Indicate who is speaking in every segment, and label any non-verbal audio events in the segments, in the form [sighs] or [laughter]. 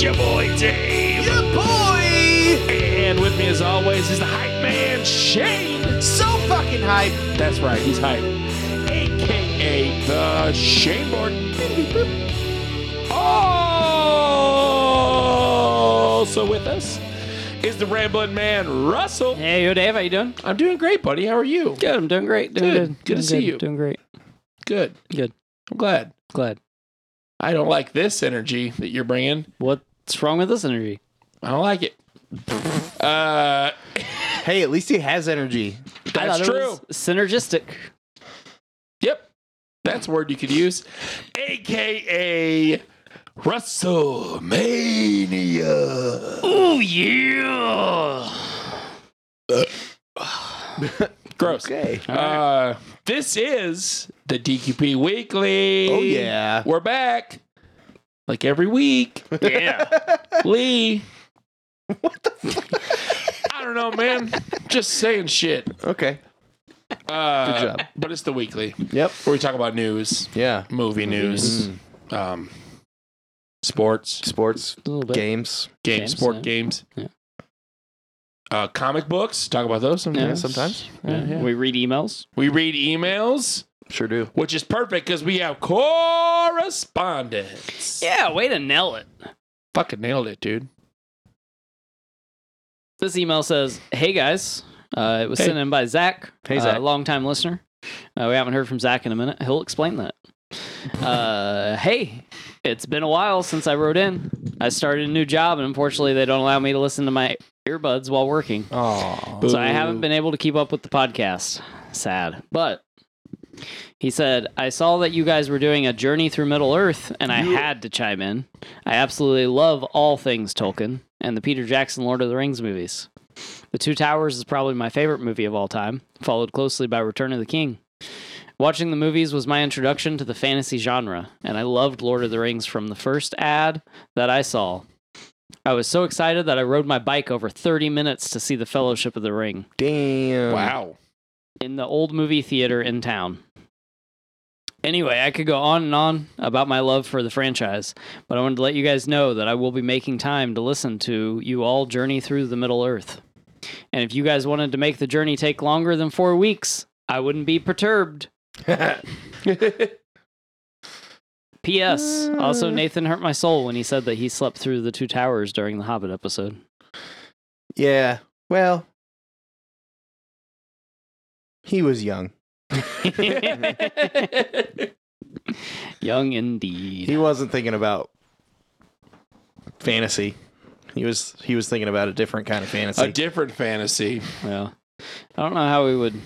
Speaker 1: your boy Dave.
Speaker 2: Your boy!
Speaker 1: And with me, as always, is the hype man Shane.
Speaker 2: So fucking hype.
Speaker 1: That's right, he's hype. AKA the Shane Board. Also Oh! with us is the rambling man Russell.
Speaker 3: Hey, yo, Dave, how you doing?
Speaker 1: I'm doing great, buddy. How are you?
Speaker 3: Good. I'm doing great. Doing
Speaker 1: Good. Good
Speaker 3: good.
Speaker 1: to
Speaker 3: Doing
Speaker 1: see you.
Speaker 3: Doing great.
Speaker 1: Good.
Speaker 3: Good.
Speaker 1: I'm glad.
Speaker 3: Glad.
Speaker 1: I don't like this energy that you're bringing.
Speaker 3: What's wrong with this energy?
Speaker 1: I don't like it. Uh,
Speaker 2: Hey, at least he has energy.
Speaker 3: I thought
Speaker 1: that's
Speaker 3: it
Speaker 1: true.
Speaker 3: was synergistic.
Speaker 1: Yep. That's a word you could use. AKA WrestleMania.
Speaker 3: Oh yeah.
Speaker 1: [laughs] Gross.
Speaker 2: Okay.
Speaker 1: Uh, this is the DQP Weekly.
Speaker 2: Oh, yeah.
Speaker 1: We're back. Like every
Speaker 2: [laughs]
Speaker 1: week.
Speaker 3: Yeah.
Speaker 1: Lee. What the fuck? [laughs] I don't know, man. Just saying shit.
Speaker 2: Okay.
Speaker 1: Uh,
Speaker 2: Good job.
Speaker 1: But it's the weekly
Speaker 2: Yep.
Speaker 1: where we talk about news,
Speaker 2: Yeah.
Speaker 1: movie news,
Speaker 2: Mm.
Speaker 1: um, sports.
Speaker 2: Sports,
Speaker 3: A little bit.
Speaker 2: games.
Speaker 1: games,
Speaker 3: Games,
Speaker 1: sport
Speaker 3: yeah.
Speaker 1: games.
Speaker 3: Yeah.
Speaker 1: Uh, comic books. Talk about those sometimes.
Speaker 3: Yeah.
Speaker 2: sometimes.
Speaker 3: Yeah.
Speaker 1: Yeah, yeah.
Speaker 3: We read emails.
Speaker 1: We read emails,
Speaker 2: Sure do.
Speaker 1: which is perfect because we have correspondence.
Speaker 3: Yeah. Way to nail it.
Speaker 1: Fucking nailed it, dude.
Speaker 3: This email says, "Hey guys, uh, it was
Speaker 1: Hey.
Speaker 3: sent in by Zach,
Speaker 2: Hey,
Speaker 3: uh,
Speaker 2: Zach.
Speaker 3: longtime listener. Uh, we haven't heard from Zach in a minute. He'll explain that. Uh, [laughs] hey, it's been a while since I wrote in. I started a new job, and unfortunately, they don't allow me to listen to my earbuds while working.
Speaker 2: Oh.
Speaker 3: So I haven't been able to keep up with the podcast. Sad. But he said, I saw that you guys were doing a journey through Middle Earth, and I had to chime in. I absolutely love all things Tolkien and the Peter Jackson Lord of the Rings movies. The Two Towers is probably my favorite movie of all time, followed closely by Return of the King. Watching the movies was my introduction to the fantasy genre, and I loved Lord of the Rings from the first ad that I saw. I was so excited that I rode my bike over 30 minutes to see the Fellowship of the Ring
Speaker 2: Damn.
Speaker 1: Wow.
Speaker 3: in the old movie theater in town. Anyway, I could go on and on about my love for the franchise, but I wanted to let you guys know that I will be making time to listen to you all journey through the Middle Earth. And if you guys wanted to make the journey take longer than four weeks, I wouldn't be perturbed. P.S. Also, Nathan hurt my soul when he said that he slept through the two towers during the Hobbit episode. [laughs]
Speaker 2: Yeah. Well, he was young.
Speaker 3: Young indeed.
Speaker 2: He wasn't thinking about fantasy. He was he was thinking about a different kind of fantasy.
Speaker 1: A different fantasy.
Speaker 3: Yeah. I don't know how we would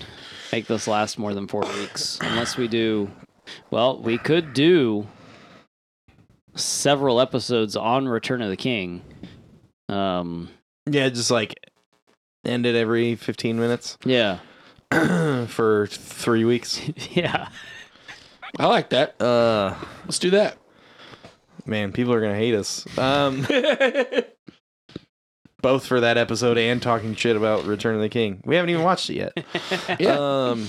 Speaker 3: make this last more than four weeks unless we do. Well, we could do several episodes on Return of the King. Um,
Speaker 2: yeah, just like end it every 15 minutes uh,
Speaker 3: yeah.
Speaker 2: for 3 weeks.
Speaker 3: [laughs] Yeah.
Speaker 1: I like that.
Speaker 2: Uh
Speaker 1: Let's do that.
Speaker 2: man, people are going to hate us.
Speaker 3: [laughs]
Speaker 2: Um both for that episode and talking shit about Return of the King. We haven't even watched it
Speaker 3: [laughs]
Speaker 2: yet.
Speaker 1: Yeah.
Speaker 2: Um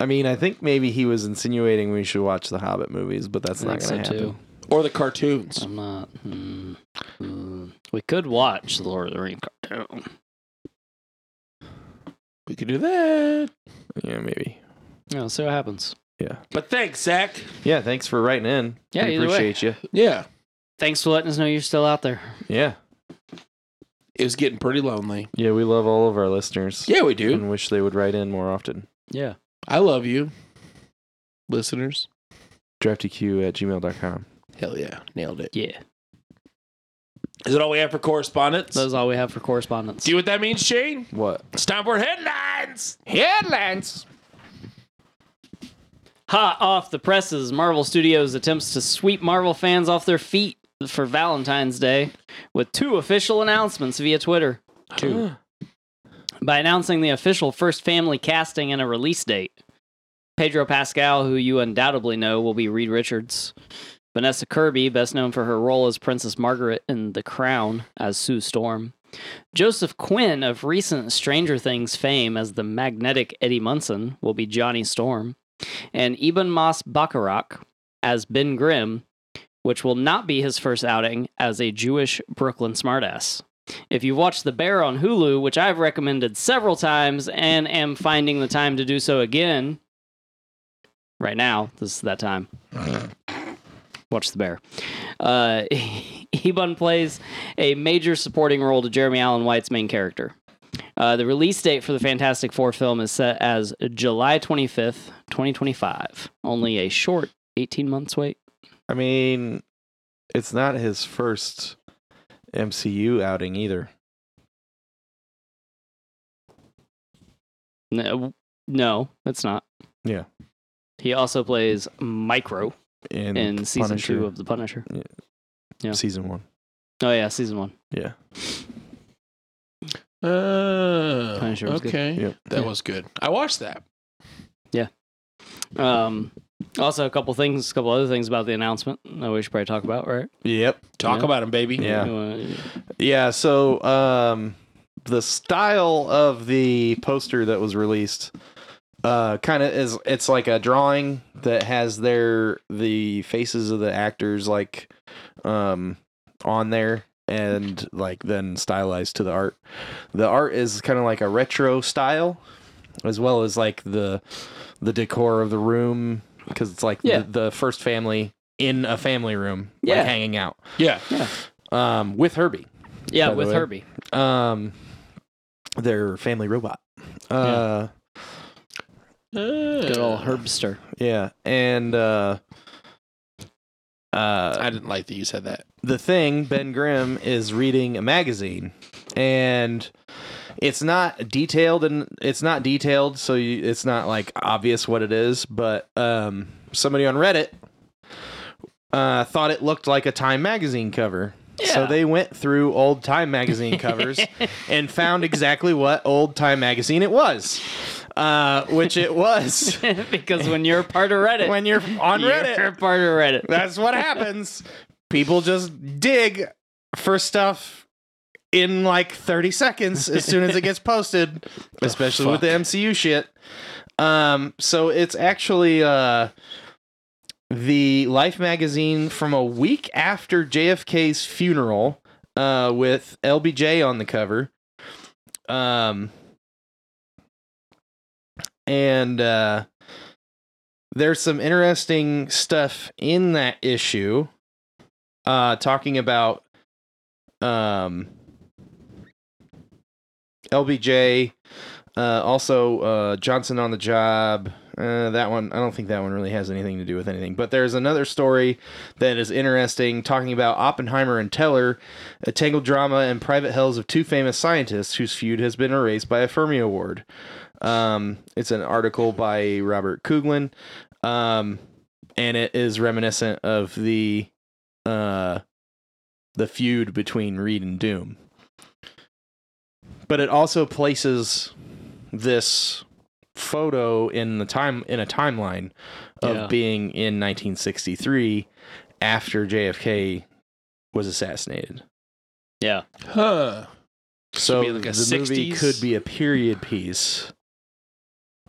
Speaker 2: I mean, I think maybe he was insinuating we should watch the Hobbit movies, but that's
Speaker 3: I
Speaker 2: not
Speaker 3: think
Speaker 2: going to
Speaker 3: so
Speaker 2: happen.
Speaker 3: too.
Speaker 1: or the cartoons.
Speaker 3: I'm not. mm, mm. We could watch the Lord of the Rings cartoon.
Speaker 1: We could do that.
Speaker 2: Yeah, maybe.
Speaker 3: Yeah, let's see what happens.
Speaker 2: Yeah.
Speaker 1: But thanks, Zach.
Speaker 2: Yeah, thanks for writing in.
Speaker 3: Yeah,
Speaker 2: we
Speaker 3: either way.
Speaker 2: appreciate you.
Speaker 1: Yeah.
Speaker 3: Thanks for letting us know you're still out there.
Speaker 2: Yeah,
Speaker 1: It was getting pretty lonely.
Speaker 2: yeah, we love all of our listeners.
Speaker 1: Yeah, we do.
Speaker 2: and wish they would write in more often.
Speaker 3: Yeah.
Speaker 1: I love you, listeners.
Speaker 2: DraftyQ at gmail.com.
Speaker 1: Hell yeah. Nailed it.
Speaker 3: Yeah.
Speaker 1: Is that all we have for correspondence?
Speaker 3: That's all we have for correspondence.
Speaker 1: Do you know what that means, Shane?
Speaker 2: What?
Speaker 1: It's time for headlines.
Speaker 2: Headlines.
Speaker 3: Hot off the presses, Marvel Studios attempts to sweep Marvel fans off their feet for Valentine's Day with two official announcements via Twitter.
Speaker 1: Two.
Speaker 3: By announcing the official first family casting and a release date, Pedro Pascal, who you undoubtedly know, will be Reed Richards. Vanessa Kirby, best known for her role as Princess Margaret in The Crown as Sue Storm. Joseph Quinn, of recent Stranger Things fame as the magnetic Eddie Munson, will be Johnny Storm. And Ibn Mas Bakarak as Ben Grimm, which will not be his first outing as a Jewish Brooklyn smartass. If you've watched The Bear on Hulu, which I've recommended several times and am finding the time to do so again, right now, this is that time. Watch The Bear. Uh, [laughs] Ebon plays a major supporting role to Jeremy Allen White's main character. Uh, the release date for the Fantastic Four film is set as July 25th, 2025. Only a short 18 months wait.
Speaker 2: I mean, it's not his first MCU outing either.
Speaker 3: No, uh, no, it's not.
Speaker 2: Yeah.
Speaker 3: He also plays Micro
Speaker 2: In,
Speaker 3: in season
Speaker 2: Punisher,
Speaker 3: two of The Punisher. yeah.
Speaker 2: season one.
Speaker 3: Oh, yeah, season one.
Speaker 2: Yeah.
Speaker 1: Oh,
Speaker 3: Punisher was good.
Speaker 1: okay.
Speaker 2: Yep.
Speaker 1: That was good. I watched that.
Speaker 3: Um, also, a couple things, a couple other things about the announcement that we should probably talk about, right?
Speaker 2: Yep.
Speaker 1: Talk
Speaker 3: Yeah.
Speaker 1: about him, baby.
Speaker 2: Yeah.
Speaker 3: You wanna-
Speaker 2: Yeah. So, um, the style of the poster that was released, uh, kind of is it's like a drawing that has their the faces of the actors like, um, on there and like then stylized to the art. The art is kind of like a retro style, as well as like the the decor of the room because it's like
Speaker 3: Yeah.
Speaker 2: the, the first family in a family room,
Speaker 3: Yeah.
Speaker 2: like hanging out,
Speaker 1: Yeah.
Speaker 2: um, with Herbie
Speaker 3: yeah,
Speaker 2: By the
Speaker 3: with
Speaker 2: way.
Speaker 3: Herbie.
Speaker 2: um their family robot uh
Speaker 3: Good
Speaker 1: Uh,
Speaker 3: old
Speaker 2: [laughs]
Speaker 3: Herbster.
Speaker 2: yeah, and uh uh
Speaker 1: I didn't like that you said that.
Speaker 2: the thing ben grimm is reading a magazine and it's not detailed and it's not detailed so you, it's not like obvious what it is but um somebody on reddit uh thought it looked like a time magazine cover
Speaker 3: Yeah.
Speaker 2: so they went through old time
Speaker 3: [laughs]
Speaker 2: magazine covers and found exactly what old time magazine it was uh which
Speaker 3: [laughs]
Speaker 2: it was
Speaker 3: because when you're part of Reddit,
Speaker 2: when you're on
Speaker 3: you're
Speaker 2: reddit
Speaker 3: part of Reddit.
Speaker 2: that's what happens. People just dig for stuff in like 30 seconds as soon as it gets posted, especially with the
Speaker 1: fuck?
Speaker 2: MCU shit. Um, so it's actually uh, the Life magazine from a week after JFK's funeral uh, with LBJ on the cover. Um, and uh, there's some interesting stuff in that issue uh talking about um LBJ uh also uh Johnson on the job uh, that one I don't think that one really has anything to do with anything but there's another story that is interesting talking about Oppenheimer and Teller a tangled drama and private hells of two famous scientists whose feud has been erased by a Fermi award um it's an article by Robert Kuglin um and it is reminiscent of the uh the feud between Reed and Doom. But it also places this photo in the time in a timeline of
Speaker 3: Yeah.
Speaker 2: being in 1963 after JFK was assassinated.
Speaker 3: Yeah.
Speaker 1: Huh.
Speaker 2: So
Speaker 1: be like a
Speaker 2: the movie
Speaker 1: 60s.
Speaker 2: could be a period piece,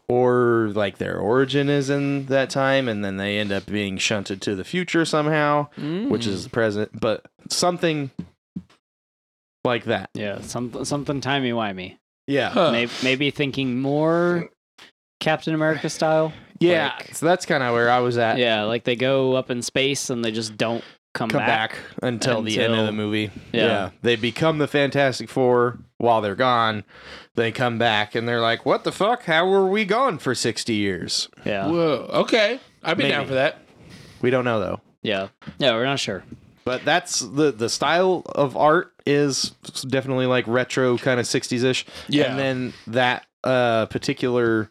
Speaker 2: or like their origin is in that time, and then they end up being shunted to the future somehow, Mm. which
Speaker 3: Hmm.
Speaker 2: is the present. But something like that.
Speaker 3: Yeah, some, something timey wimey.
Speaker 2: Yeah,
Speaker 1: Huh.
Speaker 3: Maybe, maybe thinking more Captain America style.
Speaker 2: yeah.
Speaker 3: Like-
Speaker 2: so that's kind of where I was
Speaker 1: Uh,
Speaker 2: at.
Speaker 3: Yeah, like they go up in space and they just don't come,
Speaker 2: Come
Speaker 3: back.
Speaker 2: back, until, the end of the
Speaker 3: Until-
Speaker 2: movie.
Speaker 3: Yeah.
Speaker 2: They become the Fantastic Four while they're gone. They come back and they're like, what the fuck? How were we gone for 60 years?
Speaker 3: Yeah,
Speaker 1: Whoa. Okay. I'd be
Speaker 2: Maybe.
Speaker 1: down for that.
Speaker 2: We don't know though.
Speaker 3: yeah, yeah. We're not sure.
Speaker 2: but that's the the style of art is definitely like retro kind of 60s ish
Speaker 1: Yeah.
Speaker 2: and then that uh particular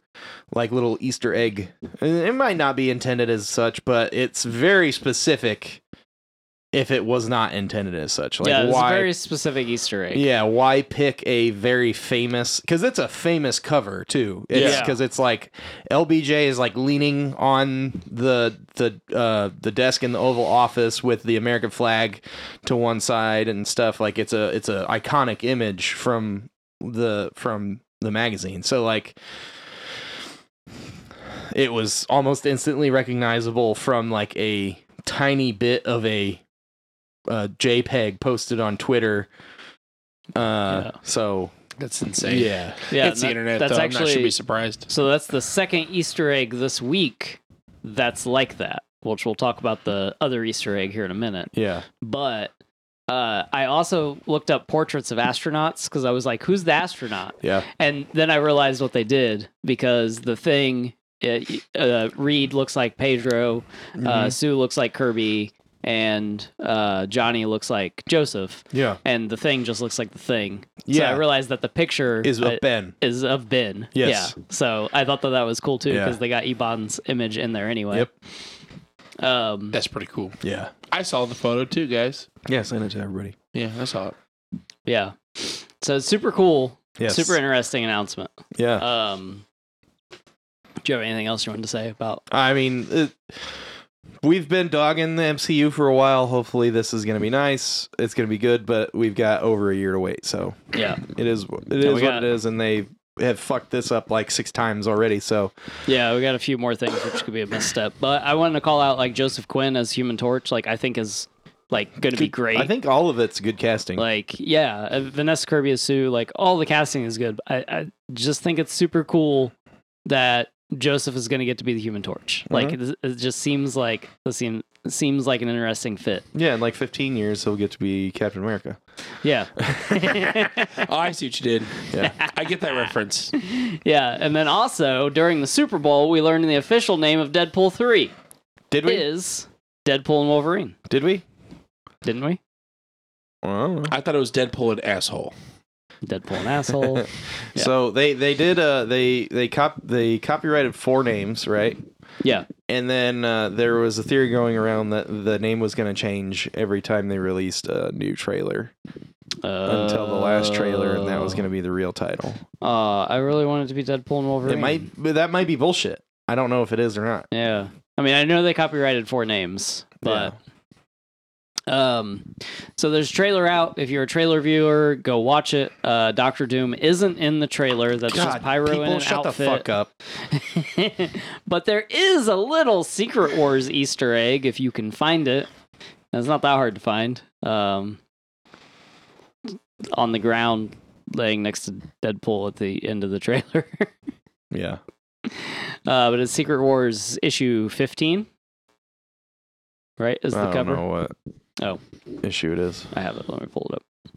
Speaker 2: like little easter egg and it might not be intended as such but it's very specific if it was not intended as such like
Speaker 3: yeah, it's
Speaker 2: why
Speaker 3: a very specific Easter egg.
Speaker 2: yeah why pick a very famous because it's a famous cover too it's
Speaker 1: Yeah.
Speaker 2: because it's like lbj is like leaning on the the uh the desk in the oval office with the american flag to one side and stuff like it's a it's a iconic image from the from the magazine so like it was almost instantly recognizable from like a tiny bit of a uh, JPEG posted on Twitter. Uh, so
Speaker 1: That's insane.
Speaker 2: yeah,
Speaker 3: Yeah,
Speaker 1: it's the
Speaker 3: that-
Speaker 1: internet.
Speaker 3: That's
Speaker 1: though.
Speaker 3: actually
Speaker 1: I'm not should be surprised.
Speaker 3: so. That's the second Easter egg this week. That's like that, which we'll talk about the other Easter egg here in a minute.
Speaker 2: yeah.
Speaker 3: But uh, I also looked up portraits of astronauts because I was like, "Who's the astronaut?"
Speaker 2: Yeah.
Speaker 3: And then I realized what they did because the thing, uh, uh, Reed looks like Pedro,
Speaker 2: Mm-hmm.
Speaker 3: uh, Sue looks like Kirby, and uh, Johnny looks like Joseph,
Speaker 2: Yeah.
Speaker 3: and the thing just looks like the thing.
Speaker 2: Yeah.
Speaker 3: So I realized that the picture
Speaker 2: Is
Speaker 3: uh,
Speaker 2: a Ben.
Speaker 3: is of Ben.
Speaker 2: Yes.
Speaker 3: Yeah. So I thought that that was cool too
Speaker 2: Yeah.
Speaker 3: because they got Ebon's image in there anyway. Yep. Um,
Speaker 1: That's pretty cool.
Speaker 2: Yeah.
Speaker 1: I saw the photo too, guys.
Speaker 2: Yeah, send it to everybody.
Speaker 1: Yeah, I
Speaker 3: [laughs]
Speaker 1: saw it.
Speaker 3: yeah. So it's super cool.
Speaker 2: Yes.
Speaker 3: Super interesting announcement.
Speaker 2: Yeah.
Speaker 3: Um, do you have anything else you wanted to say about
Speaker 2: I mean, it, we've been dogging the MCU for a while. Hopefully, this is going to be nice. It's going to be good, but we've got over a year to wait. So
Speaker 3: Yeah.
Speaker 2: it is it
Speaker 3: we
Speaker 2: is what
Speaker 3: got-
Speaker 2: it is, and they have fucked this up like six times already. So
Speaker 3: Yeah, we got a few more things which could be a misstep. But I wanted to call out like Joseph Quinn as Human Torch, like I think is like going to be great.
Speaker 2: I think all of it's good casting.
Speaker 3: like yeah, uh, Vanessa Kirby as Sue, like all the casting is good. I, I just think it's super cool that Joseph is going to get to be the Human Torch.
Speaker 2: Mm-hmm.
Speaker 3: Like it, it just seems like it seem, it seems like an interesting fit.
Speaker 2: yeah, in like 15 years, he'll get to be Captain America. [laughs]
Speaker 3: Yeah. [laughs]
Speaker 1: Oh, I see what you did.
Speaker 2: Yeah.
Speaker 1: I get that reference.
Speaker 3: yeah, and then also during the Super Bowl, we learned the official name of Deadpool 3
Speaker 2: Did we?
Speaker 3: is Deadpool and Wolverine,
Speaker 2: Did we?
Speaker 3: didn't we?
Speaker 2: Well, I don't know.
Speaker 1: I thought it was Deadpool and asshole.
Speaker 3: Deadpool and asshole. Yeah.
Speaker 2: So they they did uh they they cop they copyrighted four names right
Speaker 3: Yeah.
Speaker 2: And then uh, there was a theory going around that the name was going to change every time they released a new trailer until the last trailer, and that was going to be the real title.
Speaker 3: to. Uh, I really wanted to be Deadpool and Wolverine.
Speaker 2: It might, but that might be bullshit. I don't know if it is or not.
Speaker 3: Yeah. I mean, I know they copyrighted four names, but. Um, so there's a trailer out. If you're a trailer viewer, go watch it. Uh, Doctor Doom isn't in the trailer. That's just Pyro
Speaker 2: people,
Speaker 3: in an
Speaker 2: shut
Speaker 3: outfit.
Speaker 2: the fuck up.
Speaker 3: but there is a little Secret Wars Easter egg if you can find it. And It's not that hard to find. Um, on the ground, laying next to Deadpool at the end of the trailer. [laughs]
Speaker 2: Yeah,
Speaker 3: uh, but it's Secret Wars issue 15. Right? Is
Speaker 2: I
Speaker 3: the
Speaker 2: don't
Speaker 3: cover?
Speaker 2: know what
Speaker 3: Oh.
Speaker 2: issue it is.
Speaker 3: I have it. Let me pull it up.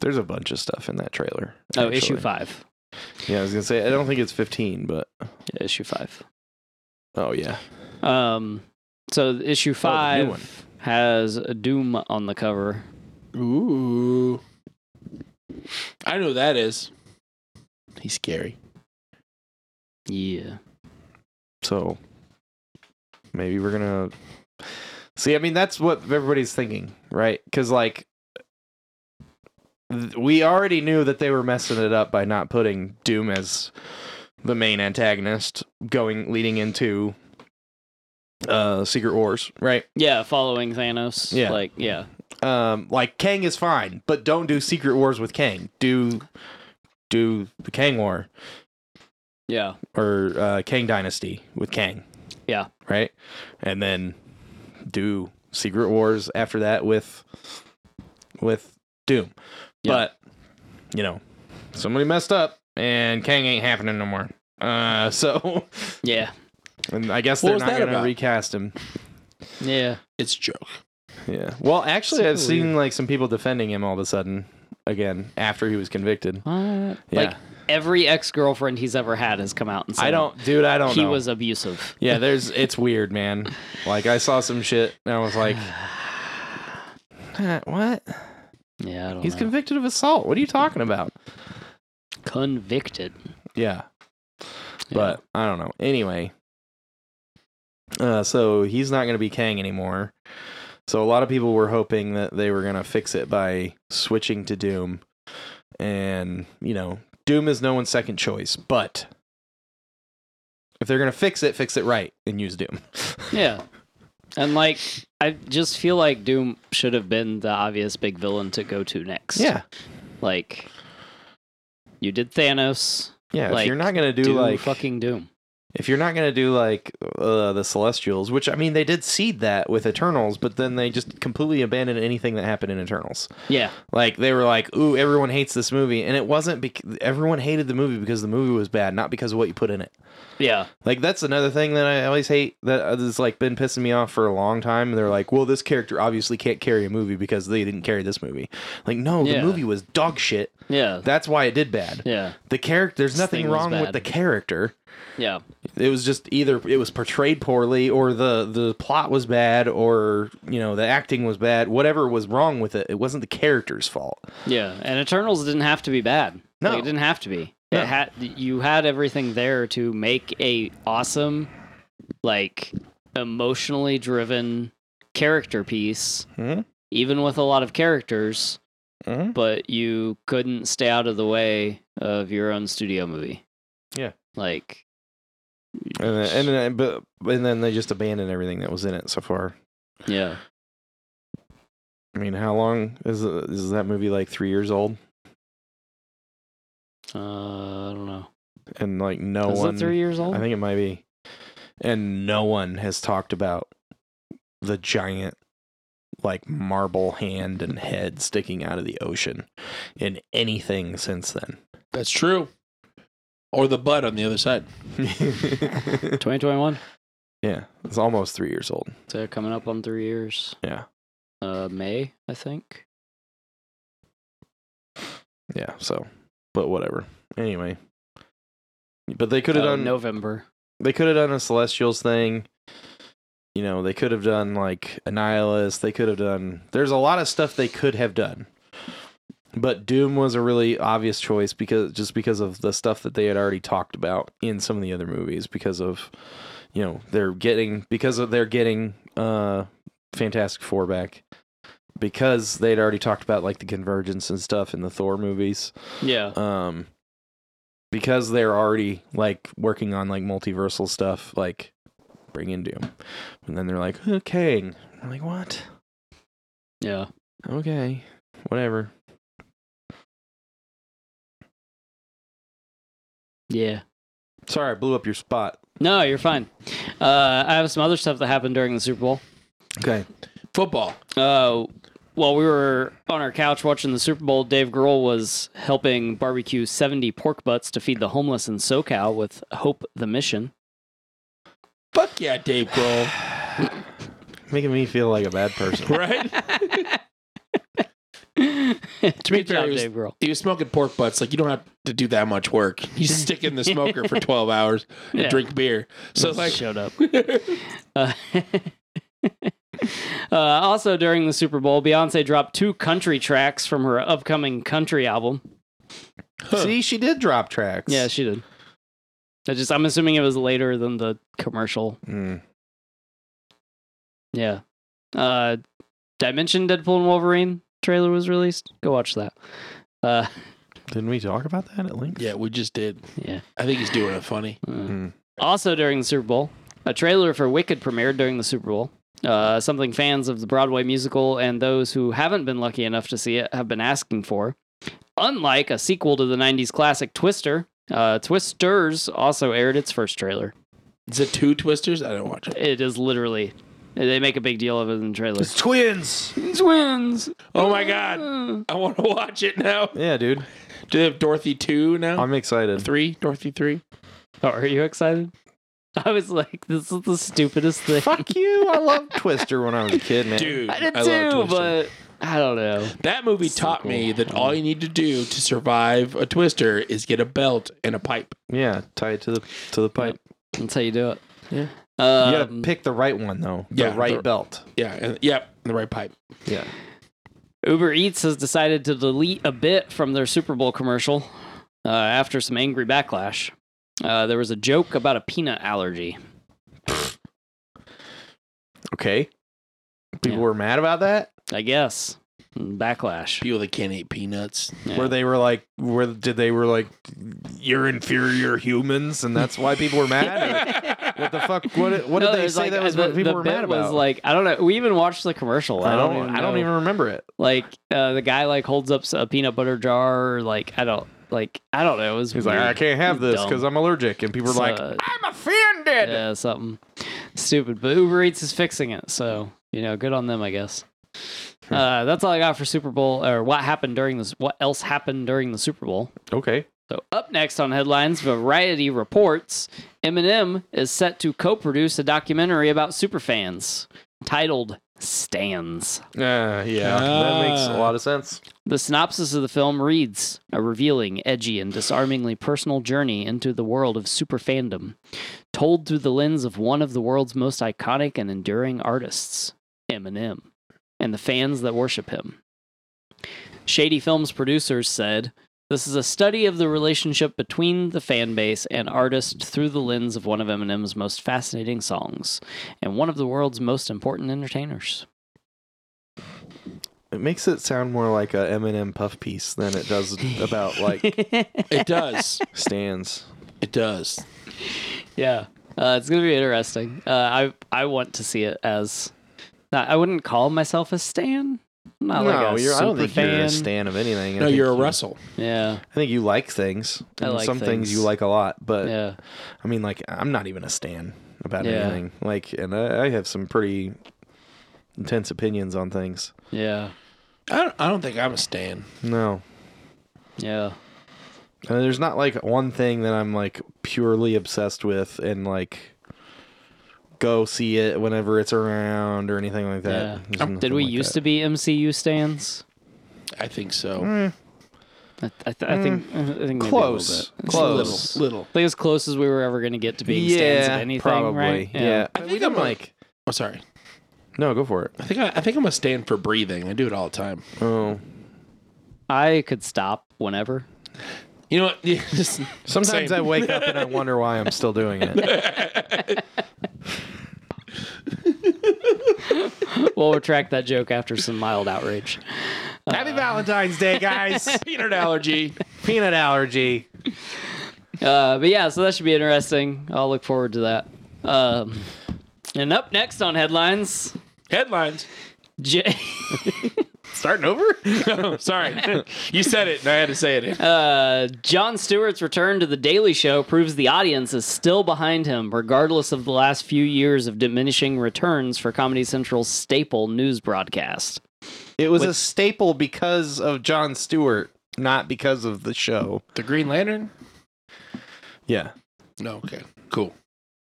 Speaker 2: There's a bunch of stuff in that trailer.
Speaker 3: Oh, issue
Speaker 2: actually.
Speaker 3: 5.
Speaker 2: Yeah, I was gonna say I don't think it's 15, but
Speaker 3: Yeah, issue 5.
Speaker 2: oh yeah,
Speaker 3: Um, so issue
Speaker 2: Oh, the
Speaker 3: 5
Speaker 2: new one.
Speaker 3: has a Doom on the cover.
Speaker 1: Ooh. I know who that is. He's scary.
Speaker 3: Yeah.
Speaker 2: So maybe we're gonna see. I mean, that's what everybody's thinking, right? Because like th- we already knew that they were messing it up by not putting Doom as the main antagonist going leading into uh Secret Wars, right?
Speaker 3: Yeah, following Thanos.
Speaker 2: Yeah.
Speaker 3: Like, yeah.
Speaker 2: Um like Kang is fine, but don't do Secret Wars with Kang. Do do the Kang War
Speaker 3: Yeah.
Speaker 2: or uh, Kang Dynasty with Kang.
Speaker 3: Yeah.
Speaker 2: Right? And then do Secret Wars after that with with Doom.
Speaker 3: Yeah.
Speaker 2: But you know, somebody messed up and Kang ain't happening no more. Uh [laughs] so
Speaker 3: Yeah.
Speaker 2: and I guess
Speaker 1: What
Speaker 2: they're
Speaker 1: was
Speaker 2: not
Speaker 1: that
Speaker 2: gonna
Speaker 1: about?
Speaker 2: recast him.
Speaker 3: Yeah.
Speaker 1: It's a joke.
Speaker 2: Yeah. Well actually
Speaker 3: Super
Speaker 2: I've seen like some people defending him all of a sudden again after he was convicted.
Speaker 3: What?
Speaker 2: Yeah.
Speaker 3: Like every ex girlfriend he's ever had has come out and said
Speaker 2: I don't dude, I don't
Speaker 3: he
Speaker 2: know.
Speaker 3: was abusive.
Speaker 2: Yeah, there's it's weird, man. Like I saw some shit and I was like [sighs] "Eh, what?
Speaker 3: Yeah, I don't
Speaker 2: He's
Speaker 3: know.
Speaker 2: convicted of assault. What are you talking about?
Speaker 3: convicted.
Speaker 2: Yeah. But I don't know. Anyway. Uh so he's not going to be Kang anymore. So a lot of people were hoping that they were going to fix it by switching to Doom. And, you know, Doom is no one's second choice, but if they're going to fix it, fix it right and use Doom. [laughs]
Speaker 3: Yeah. And like I just feel like Doom should have been the obvious big villain to go to next.
Speaker 2: yeah.
Speaker 3: Like you did Thanos.
Speaker 2: Yeah, if
Speaker 3: Like,
Speaker 2: you're not going to
Speaker 3: Do,
Speaker 2: do, like
Speaker 3: fucking Doom.
Speaker 2: if you're not going to do like uh, the Celestials, which I mean, they did seed that with Eternals, but then they just completely abandoned anything that happened in Eternals.
Speaker 3: Yeah.
Speaker 2: Like they were like, "Ooh, everyone hates this movie," and it wasn't. Bec- everyone hated the movie because the movie was bad, not because of what you put in it.
Speaker 3: Yeah.
Speaker 2: Like that's another thing that I always hate that has like been pissing me off for a long time. They're like, "Well, this character obviously can't carry a movie because they didn't carry this movie." Like, no,
Speaker 3: Yeah.
Speaker 2: the movie was dog shit.
Speaker 3: Yeah.
Speaker 2: That's why it did bad.
Speaker 3: yeah.
Speaker 2: The character, there's nothing
Speaker 3: thing was
Speaker 2: wrong with
Speaker 3: bad.
Speaker 2: the character.
Speaker 3: Yeah.
Speaker 2: It was just either it was portrayed poorly, or the the plot was bad, or you know the acting was bad. Whatever was wrong with it, it wasn't the character's fault.
Speaker 3: Yeah. And Eternals didn't have to be bad.
Speaker 2: No.
Speaker 3: Like, it didn't have to be.
Speaker 2: No.
Speaker 3: It had you had everything there to make a awesome, like emotionally driven character piece,
Speaker 2: Hmm?
Speaker 3: even with a lot of characters,
Speaker 2: Mhm.
Speaker 3: but you couldn't stay out of the way of your own studio movie.
Speaker 2: Yeah.
Speaker 3: Like
Speaker 2: And then, and then, but and then they just abandoned everything that was in it so far.
Speaker 3: yeah.
Speaker 2: I mean, how long is is that movie? Like three years old,
Speaker 3: Uh, I don't know.
Speaker 2: and like no
Speaker 3: Is
Speaker 2: one.
Speaker 3: it three years old?
Speaker 2: I think it might be, and no one has talked about the giant, like marble hand and head sticking out of the ocean, in anything since then.
Speaker 1: That's true. Or the butt on the other side.
Speaker 3: Twenty twenty one.
Speaker 2: [laughs] yeah, it's almost three years old.
Speaker 3: So coming up on three years.
Speaker 2: Yeah.
Speaker 3: Uh, May I think.
Speaker 2: Yeah, so, but whatever. Anyway, but they could have
Speaker 3: Uh,
Speaker 2: done
Speaker 3: November.
Speaker 2: they could have done a celestials thing you know they could have done like annihilus they could have done there's a lot of stuff they could have done but doom was a really obvious choice because just because of the stuff that they had already talked about in some of the other movies because of you know they're getting because of they're getting uh fantastic four back because they'd already talked about like the convergence and stuff in the thor movies
Speaker 3: Yeah.
Speaker 2: um because they're already like working on like multiversal stuff like bring in doom and then they're like okay i'm like what
Speaker 3: Yeah.
Speaker 2: okay whatever
Speaker 3: Yeah.
Speaker 2: sorry i blew up your spot
Speaker 3: No, you're fine. Uh, I have some other stuff that happened during the Super Bowl.
Speaker 2: okay
Speaker 1: Football.
Speaker 3: Uh, while we were on our couch watching the Super Bowl, Dave Grohl was helping barbecue 70 pork butts to feed the homeless in SoCal with Hope the
Speaker 1: [laughs]
Speaker 3: Mission.
Speaker 1: Fuck yeah, Dave Grohl.
Speaker 2: making me feel like a bad person
Speaker 1: Right? be
Speaker 3: to Good
Speaker 1: fair,
Speaker 3: job,
Speaker 1: it was-
Speaker 3: Dave Grohl.
Speaker 1: he was smoking pork butts. Like you don't have to do that much work. You just stick in the smoker for twelve hours and
Speaker 3: Yeah.
Speaker 1: drink beer. So like,
Speaker 3: shut up.
Speaker 1: [laughs]
Speaker 3: Uh, [laughs] uh, also, during the Super Bowl, Beyonce dropped two country tracks from her upcoming country album.
Speaker 2: [laughs] see she did drop tracks
Speaker 3: Yeah, she did. I just, I'm assuming it was later than the commercial.
Speaker 2: Mm.
Speaker 3: Yeah. Uh, did I mention Deadpool and Wolverine trailer was released? Go watch that. Uh,
Speaker 2: didn't we talk about that at length
Speaker 1: yeah, we just did.
Speaker 3: yeah.
Speaker 1: I think he's doing it funny.
Speaker 3: Uh,
Speaker 2: Mm.
Speaker 3: Also during the Super Bowl, a trailer for Wicked premiered during the Super Bowl. Uh, something fans of the Broadway musical and those who haven't been lucky enough to see it have been asking for. Unlike a sequel to the 90s classic Twister, uh, Twisters also aired its first trailer.
Speaker 1: Is it two twisters? I don't watch it.
Speaker 3: It is literally, they make a big deal of it in the trailer.
Speaker 2: it's twins
Speaker 3: Twins!
Speaker 1: Oh my god, I want to watch it now.
Speaker 2: yeah dude
Speaker 1: Do they have Dorothy two now?
Speaker 2: i'm excited
Speaker 1: three, Dorothy three.
Speaker 3: Oh, are you excited? [laughs] I was like, this is the stupidest thing. [laughs]
Speaker 2: fuck you i loved twister when i was a kid man
Speaker 1: Dude,
Speaker 3: I did
Speaker 1: love
Speaker 3: too,
Speaker 1: Twister.
Speaker 3: but I don't know.
Speaker 1: that movie taught me that all you need to do to survive a twister is get a belt and a pipe.
Speaker 2: yeah tie it to the to the pipe
Speaker 3: That's how you do it.
Speaker 1: Yeah.
Speaker 3: Um,
Speaker 2: you gotta pick the right one though the
Speaker 1: Yeah,
Speaker 2: right
Speaker 1: the-
Speaker 2: belt
Speaker 1: Yeah, and, yep, and the right pipe.
Speaker 2: yeah
Speaker 3: Uber Eats has decided to delete a bit from their Super Bowl commercial uh, after some angry backlash. Uh, there was a joke about a peanut allergy.
Speaker 2: Okay.
Speaker 3: Yeah.
Speaker 2: People were mad about that.
Speaker 3: I guess backlash.
Speaker 1: People that can't eat peanuts.
Speaker 3: Yeah.
Speaker 2: Where they were like, where did they were like, you're inferior humans, and that's why people were mad.
Speaker 3: [laughs]
Speaker 2: Or what the fuck? What? What
Speaker 3: No,
Speaker 2: did they
Speaker 3: there's,
Speaker 2: say
Speaker 3: like, uh,
Speaker 2: that was
Speaker 3: the,
Speaker 2: what people
Speaker 3: the
Speaker 2: were
Speaker 3: bit
Speaker 2: mad
Speaker 3: Was
Speaker 2: about?
Speaker 3: like I don't know. We even watched the commercial.
Speaker 2: I don't.
Speaker 3: even
Speaker 2: I don't
Speaker 3: know.
Speaker 2: even remember it.
Speaker 3: like uh, the guy like holds up a peanut butter jar. Like I don't. Like I don't know. It was
Speaker 2: He's like, I
Speaker 3: weird.
Speaker 2: can't have
Speaker 3: You're
Speaker 2: this
Speaker 3: dumb.
Speaker 2: because I'm allergic, and people are like,
Speaker 3: So-
Speaker 2: I'm offended.
Speaker 3: yeah, something stupid. But Uber Eats is fixing it, so you know, good on them, I guess.
Speaker 2: Hmm.
Speaker 3: Uh, that's all I got for Super Bowl, or what happened during this. What else happened during the Super Bowl?
Speaker 2: Okay,
Speaker 3: So up next on headlines, Variety reports Eminem is set to co-produce a documentary about superfans titled "Stands."
Speaker 2: uh, yeah, that makes a
Speaker 3: Ah.
Speaker 2: lot of sense.
Speaker 3: The synopsis of the film reads A revealing, edgy, and disarmingly personal journey into the world of superfandom, told through the lens of one of the world's most iconic and enduring artists, Eminem, and the fans that worship him. Shady Films producers said, This is a study of the relationship between the fan base and artist through the lens of one of Eminem's most fascinating songs and one of the world's most important entertainers.
Speaker 2: It makes it sound more like a Eminem puff piece than it does about like
Speaker 3: [laughs]
Speaker 1: It does.
Speaker 2: stands.
Speaker 1: it does.
Speaker 3: Yeah, uh, it's gonna be interesting. Uh, I I want to see it as. Not, I wouldn't call myself a stan. I'm not
Speaker 2: no,
Speaker 3: like a
Speaker 2: you're, I
Speaker 3: super
Speaker 2: don't think
Speaker 3: fan.
Speaker 2: you're a stan of anything. I
Speaker 1: No,
Speaker 2: think
Speaker 1: you're a
Speaker 2: you-
Speaker 1: Russell.
Speaker 3: Yeah,
Speaker 2: I think you like things.
Speaker 3: I
Speaker 2: and
Speaker 3: like
Speaker 2: some things.
Speaker 3: things.
Speaker 2: you like a lot, but
Speaker 3: yeah,
Speaker 2: I mean, like I'm not even a stan about
Speaker 3: Yeah.
Speaker 2: anything. Like, and I, I have some pretty intense opinions on things.
Speaker 3: yeah,
Speaker 1: I don't, I don't think I'm a Stan.
Speaker 2: No,
Speaker 3: yeah.
Speaker 2: Uh, there's not like one thing that I'm like purely obsessed with and like go see it whenever it's around or anything like that.
Speaker 3: Yeah. Um, Did we used to be MCU stans?
Speaker 1: I think so.
Speaker 2: Mm,
Speaker 3: I, I, th- I think I think maybe A little
Speaker 2: Close.
Speaker 3: bit.
Speaker 2: Close.
Speaker 1: Little. Little.
Speaker 3: I think as close as we were ever gonna get to being stans
Speaker 2: yeah,
Speaker 3: of anything,
Speaker 2: probably.
Speaker 3: right?
Speaker 2: Yeah.
Speaker 1: I
Speaker 2: we
Speaker 1: think
Speaker 2: didn't
Speaker 1: I'm a-
Speaker 2: like.
Speaker 1: Oh, sorry.
Speaker 2: No, go for it.
Speaker 1: I think I, I think I'm a Stan for breathing. I do it all the time.
Speaker 2: Oh,
Speaker 3: I could stop whenever.
Speaker 1: You know what? [laughs] Yeah, just-
Speaker 2: sometimes
Speaker 1: same.
Speaker 2: I wake up and I wonder why I'm still doing
Speaker 1: [laughs]
Speaker 2: it.
Speaker 3: We'll retract that joke after some mild outrage.
Speaker 2: Happy Valentine's
Speaker 3: [laughs]
Speaker 2: Day, guys!
Speaker 1: peanut allergy.
Speaker 2: Peanut allergy.
Speaker 3: Uh, but yeah, so that should be interesting. I'll look forward to that. Um, and up next on headlines,
Speaker 1: Headlines.
Speaker 3: J- [laughs]
Speaker 2: Starting over?
Speaker 1: [laughs] No,
Speaker 2: [laughs]
Speaker 1: sorry. you said it, and I had to say it.
Speaker 3: uh, John Stewart's return to The Daily Show proves the audience is still behind him, regardless of the last few years of diminishing returns for Comedy Central's staple news broadcast.
Speaker 2: It was a staple because of John Stewart, not because of the show.
Speaker 1: the Green Lantern?
Speaker 2: Yeah.
Speaker 1: No, okay. Cool.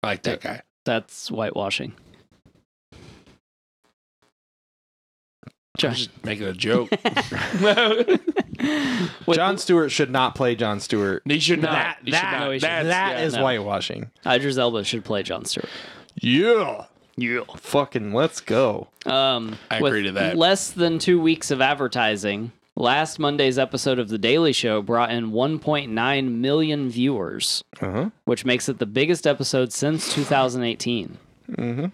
Speaker 1: I like that guy.
Speaker 3: That's whitewashing.
Speaker 1: I'm [laughs]
Speaker 3: Josh, [laughs]
Speaker 1: just making a joke.
Speaker 3: with-
Speaker 2: John Stewart should not play John Stewart.
Speaker 1: you should not.
Speaker 2: That-
Speaker 1: you
Speaker 2: that-
Speaker 1: should
Speaker 3: no,
Speaker 1: not.
Speaker 3: he should-
Speaker 1: That's,
Speaker 2: That is
Speaker 1: yeah.
Speaker 3: no.
Speaker 2: whitewashing.
Speaker 3: Idris Elba should play John Stewart.
Speaker 2: Yeah. Yeah. Fucking let's go.
Speaker 3: Um,
Speaker 1: I
Speaker 3: with
Speaker 1: agree to that.
Speaker 3: Less than two weeks of advertising. Last Monday's episode of The Daily Show brought in 1.9 million viewers,
Speaker 2: Uh-huh.
Speaker 3: which makes it the biggest episode since 2018. Mm-hmm.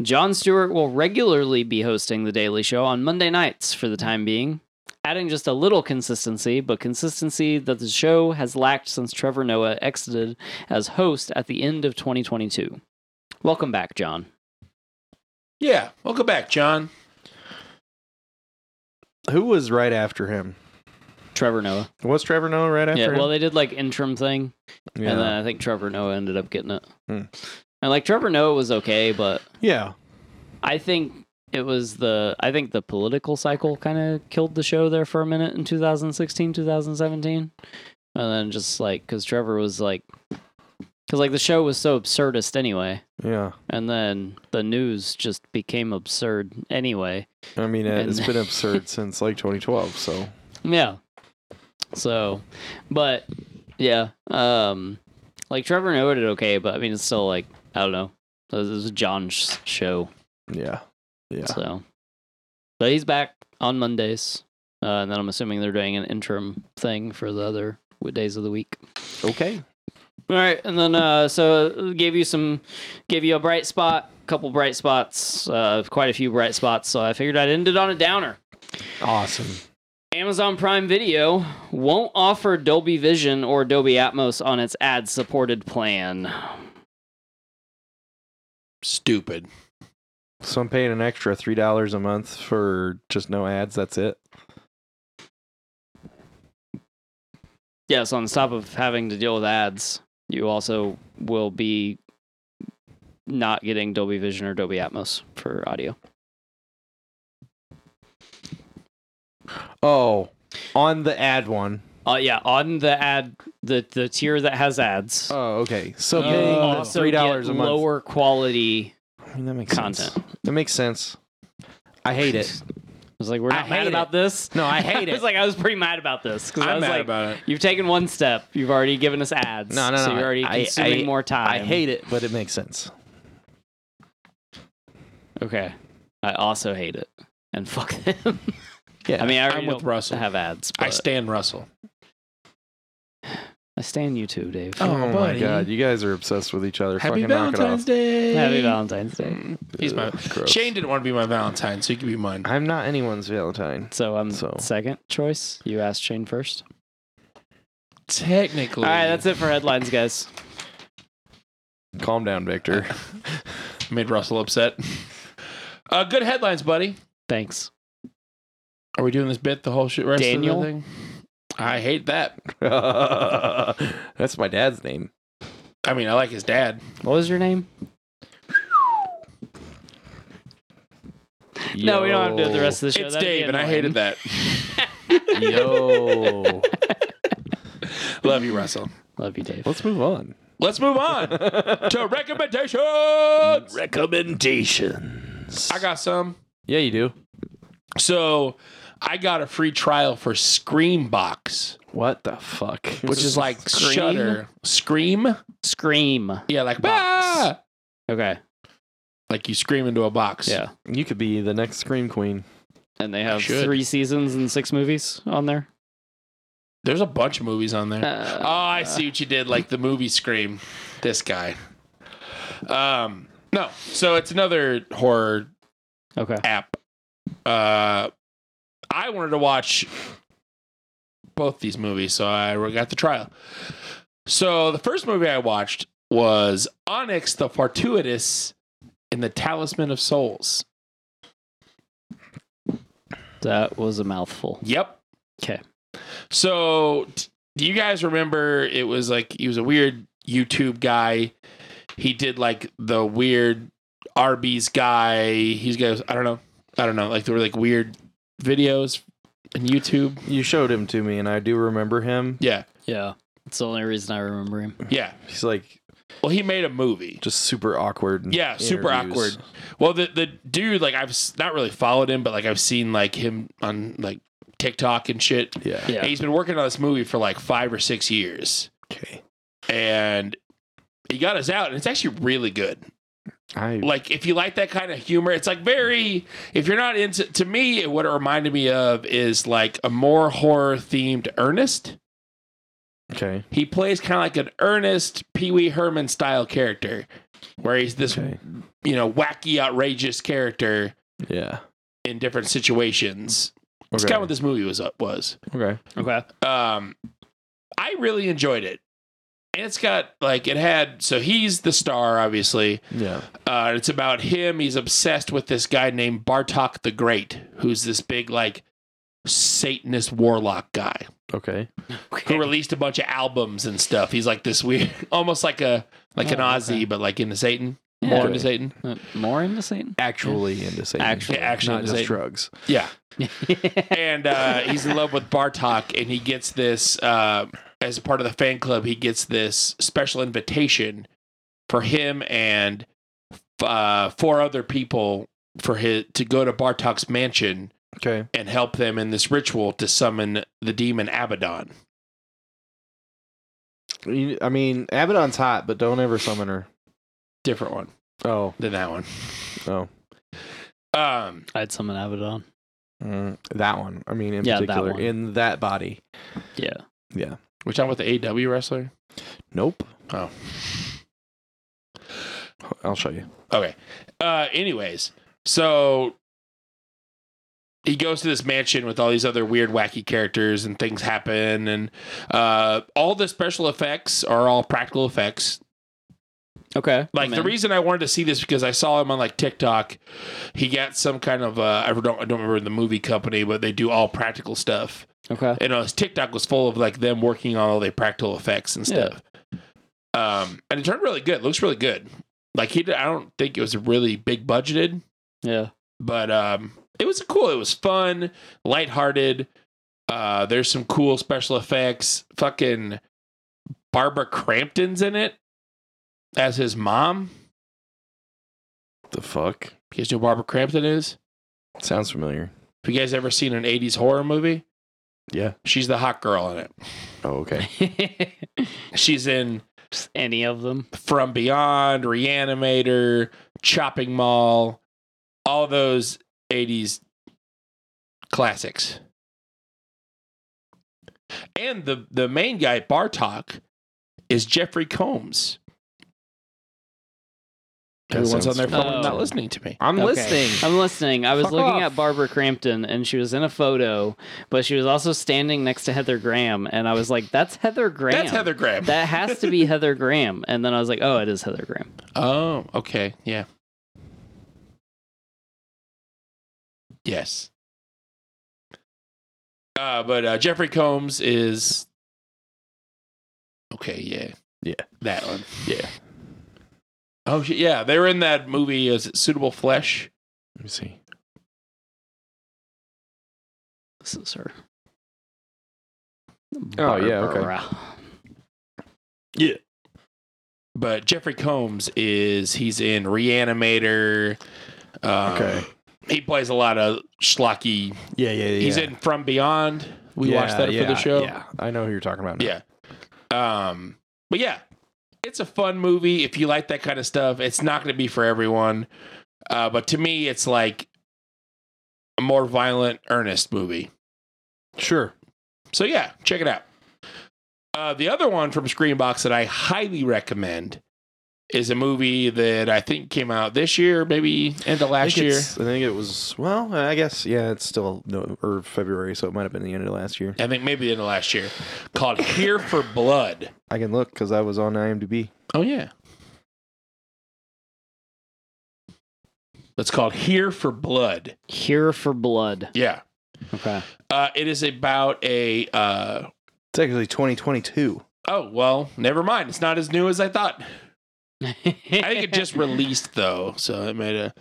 Speaker 3: John Stewart will regularly be hosting The Daily Show on Monday nights for the time being, adding just a little consistency, but consistency that the show has lacked since Trevor Noah exited as host at the end of 2022. Welcome back, John.
Speaker 1: Yeah. Welcome back, John.
Speaker 2: Who was right after him?
Speaker 3: Trevor Noah.
Speaker 2: Was Trevor Noah right after
Speaker 3: Yeah,
Speaker 2: him?
Speaker 3: well, they did like interim thing,
Speaker 2: yeah.
Speaker 3: and then I think Trevor Noah ended up getting it.
Speaker 2: Hmm.
Speaker 3: And like Trevor Noah was okay, but
Speaker 2: yeah.
Speaker 3: I think it was the I think the political cycle kind of killed the show there for a minute in 2016, 2017, and then just like because Trevor was like because like the show was so absurdist anyway,
Speaker 2: Yeah.
Speaker 3: and then the news just became absurd anyway.
Speaker 2: I mean, it,
Speaker 3: And-
Speaker 2: it's
Speaker 3: [laughs]
Speaker 2: been absurd since like 2012, so.
Speaker 3: Yeah. So, but yeah, um, like Trevor Noah did okay, but I mean, it's still like I don't know. This is John's show,
Speaker 2: Yeah. Yeah.
Speaker 3: so. But he's back on Mondays, uh, and then I'm assuming they're doing an interim thing for the other w- days of the week.
Speaker 2: Okay.
Speaker 3: All right, and then uh, so gave you some, gave you a bright spot, couple bright spots, uh, quite a few bright spots. So I figured I'd end it on a downer.
Speaker 2: Awesome.
Speaker 3: Amazon Prime Video won't offer Dolby Vision or Dolby Atmos on its ad supported plan.
Speaker 1: Stupid.
Speaker 2: So I'm paying an extra $3 a month for just no ads. That's it.
Speaker 3: yeah, so on top of having to deal with ads, you also will be not getting Dolby Vision or Dolby Atmos for audio.
Speaker 2: Oh, on the ad one.
Speaker 3: Uh, yeah, on the ad, the the tier that has ads,
Speaker 2: Oh, okay. So
Speaker 3: Oh, you
Speaker 2: paying the
Speaker 3: also
Speaker 2: three dollars
Speaker 3: get
Speaker 2: a month.
Speaker 3: lower quality
Speaker 2: I mean, that makes
Speaker 3: content.
Speaker 2: sense. That makes sense. I hate it.
Speaker 3: I was like, we're
Speaker 2: I
Speaker 3: not mad
Speaker 2: hate
Speaker 3: about
Speaker 2: it.
Speaker 3: this.
Speaker 2: No,
Speaker 3: [laughs]
Speaker 2: I hate
Speaker 3: I was
Speaker 2: it.
Speaker 3: like, I was pretty mad about this because I
Speaker 1: I'm
Speaker 3: was
Speaker 1: mad
Speaker 3: like,
Speaker 1: about it.
Speaker 3: you've taken one step, you've already given us ads,
Speaker 2: No, no,
Speaker 3: so
Speaker 2: no,
Speaker 3: you're already
Speaker 2: I- I-
Speaker 3: consuming
Speaker 2: I-
Speaker 3: more time.
Speaker 2: I hate it, but it makes sense.
Speaker 3: Okay, I also hate it, and fuck them. [laughs]
Speaker 2: Yeah,
Speaker 3: I mean, I
Speaker 1: I'm
Speaker 3: already
Speaker 1: with
Speaker 3: don't
Speaker 1: Russell.
Speaker 3: have ads. But
Speaker 1: I stand Russell.
Speaker 3: I stand you too, Dave.
Speaker 1: Oh,
Speaker 2: Oh, my
Speaker 1: buddy.
Speaker 2: god, you guys are obsessed with each other.
Speaker 1: Happy
Speaker 2: Fucking knock it off.
Speaker 1: Valentine's Day. Mm,
Speaker 3: Happy Valentine's Day.
Speaker 1: He's my-
Speaker 2: Ugh, gross.
Speaker 1: Shane didn't want to be my Valentine, so you could be mine.
Speaker 2: I'm not anyone's Valentine.
Speaker 3: So I'm
Speaker 2: So-
Speaker 3: second choice. You asked Shane first.
Speaker 1: Technically.
Speaker 3: All right, that's it for
Speaker 1: [laughs]
Speaker 3: headlines, guys.
Speaker 2: Calm down, Victor. [laughs]
Speaker 1: Made Russell upset. Uh, good headlines, buddy.
Speaker 3: Thanks.
Speaker 1: Are we doing this bit the whole shit rest
Speaker 3: Daniel?
Speaker 1: of the thing? I hate that.
Speaker 2: That's my dad's name.
Speaker 1: I mean, I like his dad.
Speaker 3: What was your name? No, we don't have to do the rest of the show.
Speaker 1: it's
Speaker 3: That'd be
Speaker 1: Dave, and I
Speaker 3: annoying.
Speaker 1: hated that.
Speaker 2: Yo. Yo.
Speaker 1: Love you, Russell.
Speaker 3: Love you, Dave.
Speaker 2: [laughs] Let's move on.
Speaker 1: Let's move on to recommendations.
Speaker 2: Recommendations.
Speaker 1: I got some.
Speaker 2: Yeah, you do.
Speaker 1: So I got a free trial for Screambox,
Speaker 2: What the fuck?
Speaker 1: which
Speaker 2: [laughs]
Speaker 1: is like
Speaker 3: Scream?
Speaker 1: Shutter. Scream?
Speaker 3: Scream.
Speaker 1: Yeah, like
Speaker 3: Box.
Speaker 1: "Ah!"
Speaker 3: Okay.
Speaker 1: Like you scream into a box.
Speaker 3: Yeah.
Speaker 2: you could be the next scream queen.
Speaker 3: And they have
Speaker 1: should.
Speaker 3: three seasons and six movies on there.
Speaker 1: There's a bunch of movies on there.
Speaker 3: Uh,
Speaker 1: oh, I see what you did. Like the movie Scream. This guy. Um, no. So it's another horror
Speaker 3: Okay.
Speaker 1: app. Uh, I wanted to watch both these movies, so I got the trial. So the first movie I watched was Onyx the Fortuitous and the Talisman of Souls.
Speaker 3: That was a mouthful.
Speaker 1: Yep.
Speaker 3: 'Kay.
Speaker 1: So t- do you guys remember it was like he was a weird YouTube guy. He did like the weird Arby's guy. He's guys I don't know. I don't know. Like there were like weird videos on YouTube.
Speaker 2: You showed him to me, and I do remember him.
Speaker 1: Yeah.
Speaker 3: Yeah. It's the only reason I remember him.
Speaker 1: Yeah.
Speaker 2: He's like
Speaker 1: Well, he made a movie.
Speaker 2: just super awkward. in
Speaker 1: Yeah, super
Speaker 2: interviews.
Speaker 1: awkward. Well, the the dude like I've s- not really followed him, but like I've seen like him on like TikTok and shit.
Speaker 2: Yeah.
Speaker 1: And he's been working on this movie for like 5 or 6 years.
Speaker 2: Okay.
Speaker 1: And he got us out and it's actually really good.
Speaker 2: I
Speaker 1: Like if you like that kind of humor, it's like very if you're not into to me what it reminded me of is like a more horror themed Ernest.
Speaker 2: okay.
Speaker 1: He plays kind of like an Ernest Pee-wee Herman style character where he's this
Speaker 2: Okay.
Speaker 1: you know, wacky, outrageous character
Speaker 2: Yeah.
Speaker 1: in different situations. It's
Speaker 2: Okay.
Speaker 1: kind of what this movie was was.
Speaker 2: okay.
Speaker 3: Okay.
Speaker 1: Um, I really enjoyed it, and it's got like it had. So he's the star, obviously.
Speaker 2: Yeah.
Speaker 1: Uh, it's about him. He's obsessed with this guy named Bartok the Great, who's this big like Satanist warlock guy
Speaker 2: Okay.
Speaker 1: who released a bunch of albums and stuff. He's like this weird, [laughs] almost like a like an
Speaker 3: Oh,
Speaker 1: Ozzy,
Speaker 3: okay.
Speaker 1: but like into Satan,
Speaker 3: Yeah.
Speaker 1: more
Speaker 2: Okay.
Speaker 1: into Satan.
Speaker 3: Uh, more into Satan?
Speaker 2: Actually into Satan.
Speaker 3: Actually-
Speaker 1: actually
Speaker 2: not
Speaker 1: into
Speaker 2: just
Speaker 1: Satan.
Speaker 2: drugs.
Speaker 1: Yeah. and uh, he's in love with Bartok, and he gets this uh, as a part of the fan club. He gets this special invitation for him and uh, four other people for his to go to Bartok's mansion
Speaker 2: Okay.
Speaker 1: and help them in this ritual to summon the demon Abaddon.
Speaker 2: You- I mean, Abaddon's hot, but don't ever summon her.
Speaker 1: Different one
Speaker 2: Oh.
Speaker 1: than that one.
Speaker 2: Oh.
Speaker 1: Um,
Speaker 3: I'd summon Abaddon.
Speaker 2: Mm, that one. I mean, in
Speaker 3: Yeah, that
Speaker 2: particular,
Speaker 3: one.
Speaker 2: in that body.
Speaker 3: Yeah.
Speaker 2: Yeah.
Speaker 1: we're talking about the AW wrestler.
Speaker 2: Nope.
Speaker 1: Oh,
Speaker 2: I'll show you.
Speaker 1: Okay. Uh anyways, so he goes to this mansion with all these other weird wacky characters and things happen and uh all the special effects are all practical effects.
Speaker 3: Okay.
Speaker 1: Like
Speaker 3: I'm
Speaker 1: the
Speaker 3: in.
Speaker 1: reason I wanted to see this because I saw him on like TikTok. He got some kind of uh I don't I don't remember the movie company, but they do all practical stuff.
Speaker 3: Okay.
Speaker 1: you know, his TikTok was full of like them working on all the practical effects and
Speaker 3: Yeah.
Speaker 1: stuff. Um, and it turned really good. Looks really good. Like he, did, I don't think it was really big budgeted,
Speaker 3: Yeah. [laughs]
Speaker 1: but um, it was cool. It was fun, lighthearted. Uh, there's some cool special effects. Fucking Barbara Crampton's in it as his mom.
Speaker 2: The fuck?
Speaker 1: You guys know who Barbara Crampton is?
Speaker 2: Sounds familiar.
Speaker 1: Have you guys ever seen an 80s horror movie?
Speaker 2: Yeah.
Speaker 1: She's the hot girl in it.
Speaker 2: Oh, okay.
Speaker 1: She's in
Speaker 3: Just any of them.
Speaker 1: From Beyond, Reanimator, Chopping Mall, all those 80s classics. And the, the main guy, Bartok, is Jeffrey Combs.
Speaker 2: That
Speaker 1: Everyone's on
Speaker 2: sounds
Speaker 1: their phone
Speaker 3: familiar.
Speaker 1: not listening to me.
Speaker 2: I'm
Speaker 3: Oh. Okay.
Speaker 2: listening.
Speaker 3: I'm listening. I was
Speaker 1: Fuck
Speaker 3: looking
Speaker 1: off.
Speaker 3: at Barbara Crampton and she was in a photo, but she was also standing next to Heather Graham. And I was like, that's Heather Graham.
Speaker 1: That's Heather Graham.
Speaker 3: That has to be Heather Graham. And then I was like, oh, it is Heather Graham.
Speaker 1: oh, okay. Yeah. Yes. Uh, but uh, Jeffrey Combs is. Okay, yeah.
Speaker 2: Yeah.
Speaker 1: That one.
Speaker 2: [laughs] Yeah.
Speaker 1: Oh, shit, yeah. They were in that movie, is it Suitable Flesh?
Speaker 2: Let me see.
Speaker 3: This is her.
Speaker 2: Oh, yeah, okay.
Speaker 3: Barbara.
Speaker 1: But Jeffrey Combs is. He's in Reanimator. Um,
Speaker 2: Okay.
Speaker 1: He plays a lot of schlocky.
Speaker 2: Yeah, yeah, yeah.
Speaker 1: He's in From Beyond. We
Speaker 2: Yeah,
Speaker 1: watched that for
Speaker 2: yeah,
Speaker 1: the show.
Speaker 2: Yeah, I know who you're talking about. Now.
Speaker 1: Yeah. Um, but yeah, it's a fun movie. If you like that kind of stuff, it's not going to be for everyone. Uh, but to me, it's like a more violent, earnest movie.
Speaker 2: sure.
Speaker 1: So yeah, check it out. Uh, the other one from Screenbox that I highly recommend is a movie that I think came out this year, maybe end of
Speaker 2: I
Speaker 1: last
Speaker 2: think,
Speaker 1: year.
Speaker 2: it's- I think it was. Well, I guess yeah. It's still no or February, so it might have been the end of last year.
Speaker 1: I think maybe the end of last year, called Here for Blood.
Speaker 2: I can look because I was on IMDb.
Speaker 1: Oh yeah. It's called Here for Blood.
Speaker 3: Here for Blood.
Speaker 1: Yeah.
Speaker 3: Okay.
Speaker 1: Uh, it is about a. Uh,
Speaker 2: It's actually 2022.
Speaker 1: oh well, never mind. It's not as new as I thought. I think it just released though, so it made a.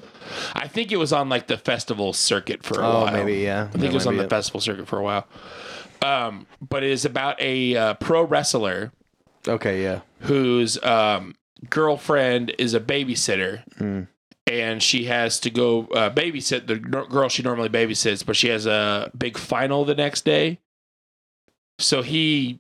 Speaker 1: I think it was on like the festival circuit for a
Speaker 2: oh,
Speaker 1: while.
Speaker 2: maybe yeah.
Speaker 1: I think it was on the festival circuit for a while. Um, but it is about a uh, pro wrestler
Speaker 2: Okay, yeah.
Speaker 1: whose um, girlfriend is a babysitter,
Speaker 2: Mm.
Speaker 1: and she has to go uh, babysit the n- girl she normally babysits, but she has a big final the next day. So he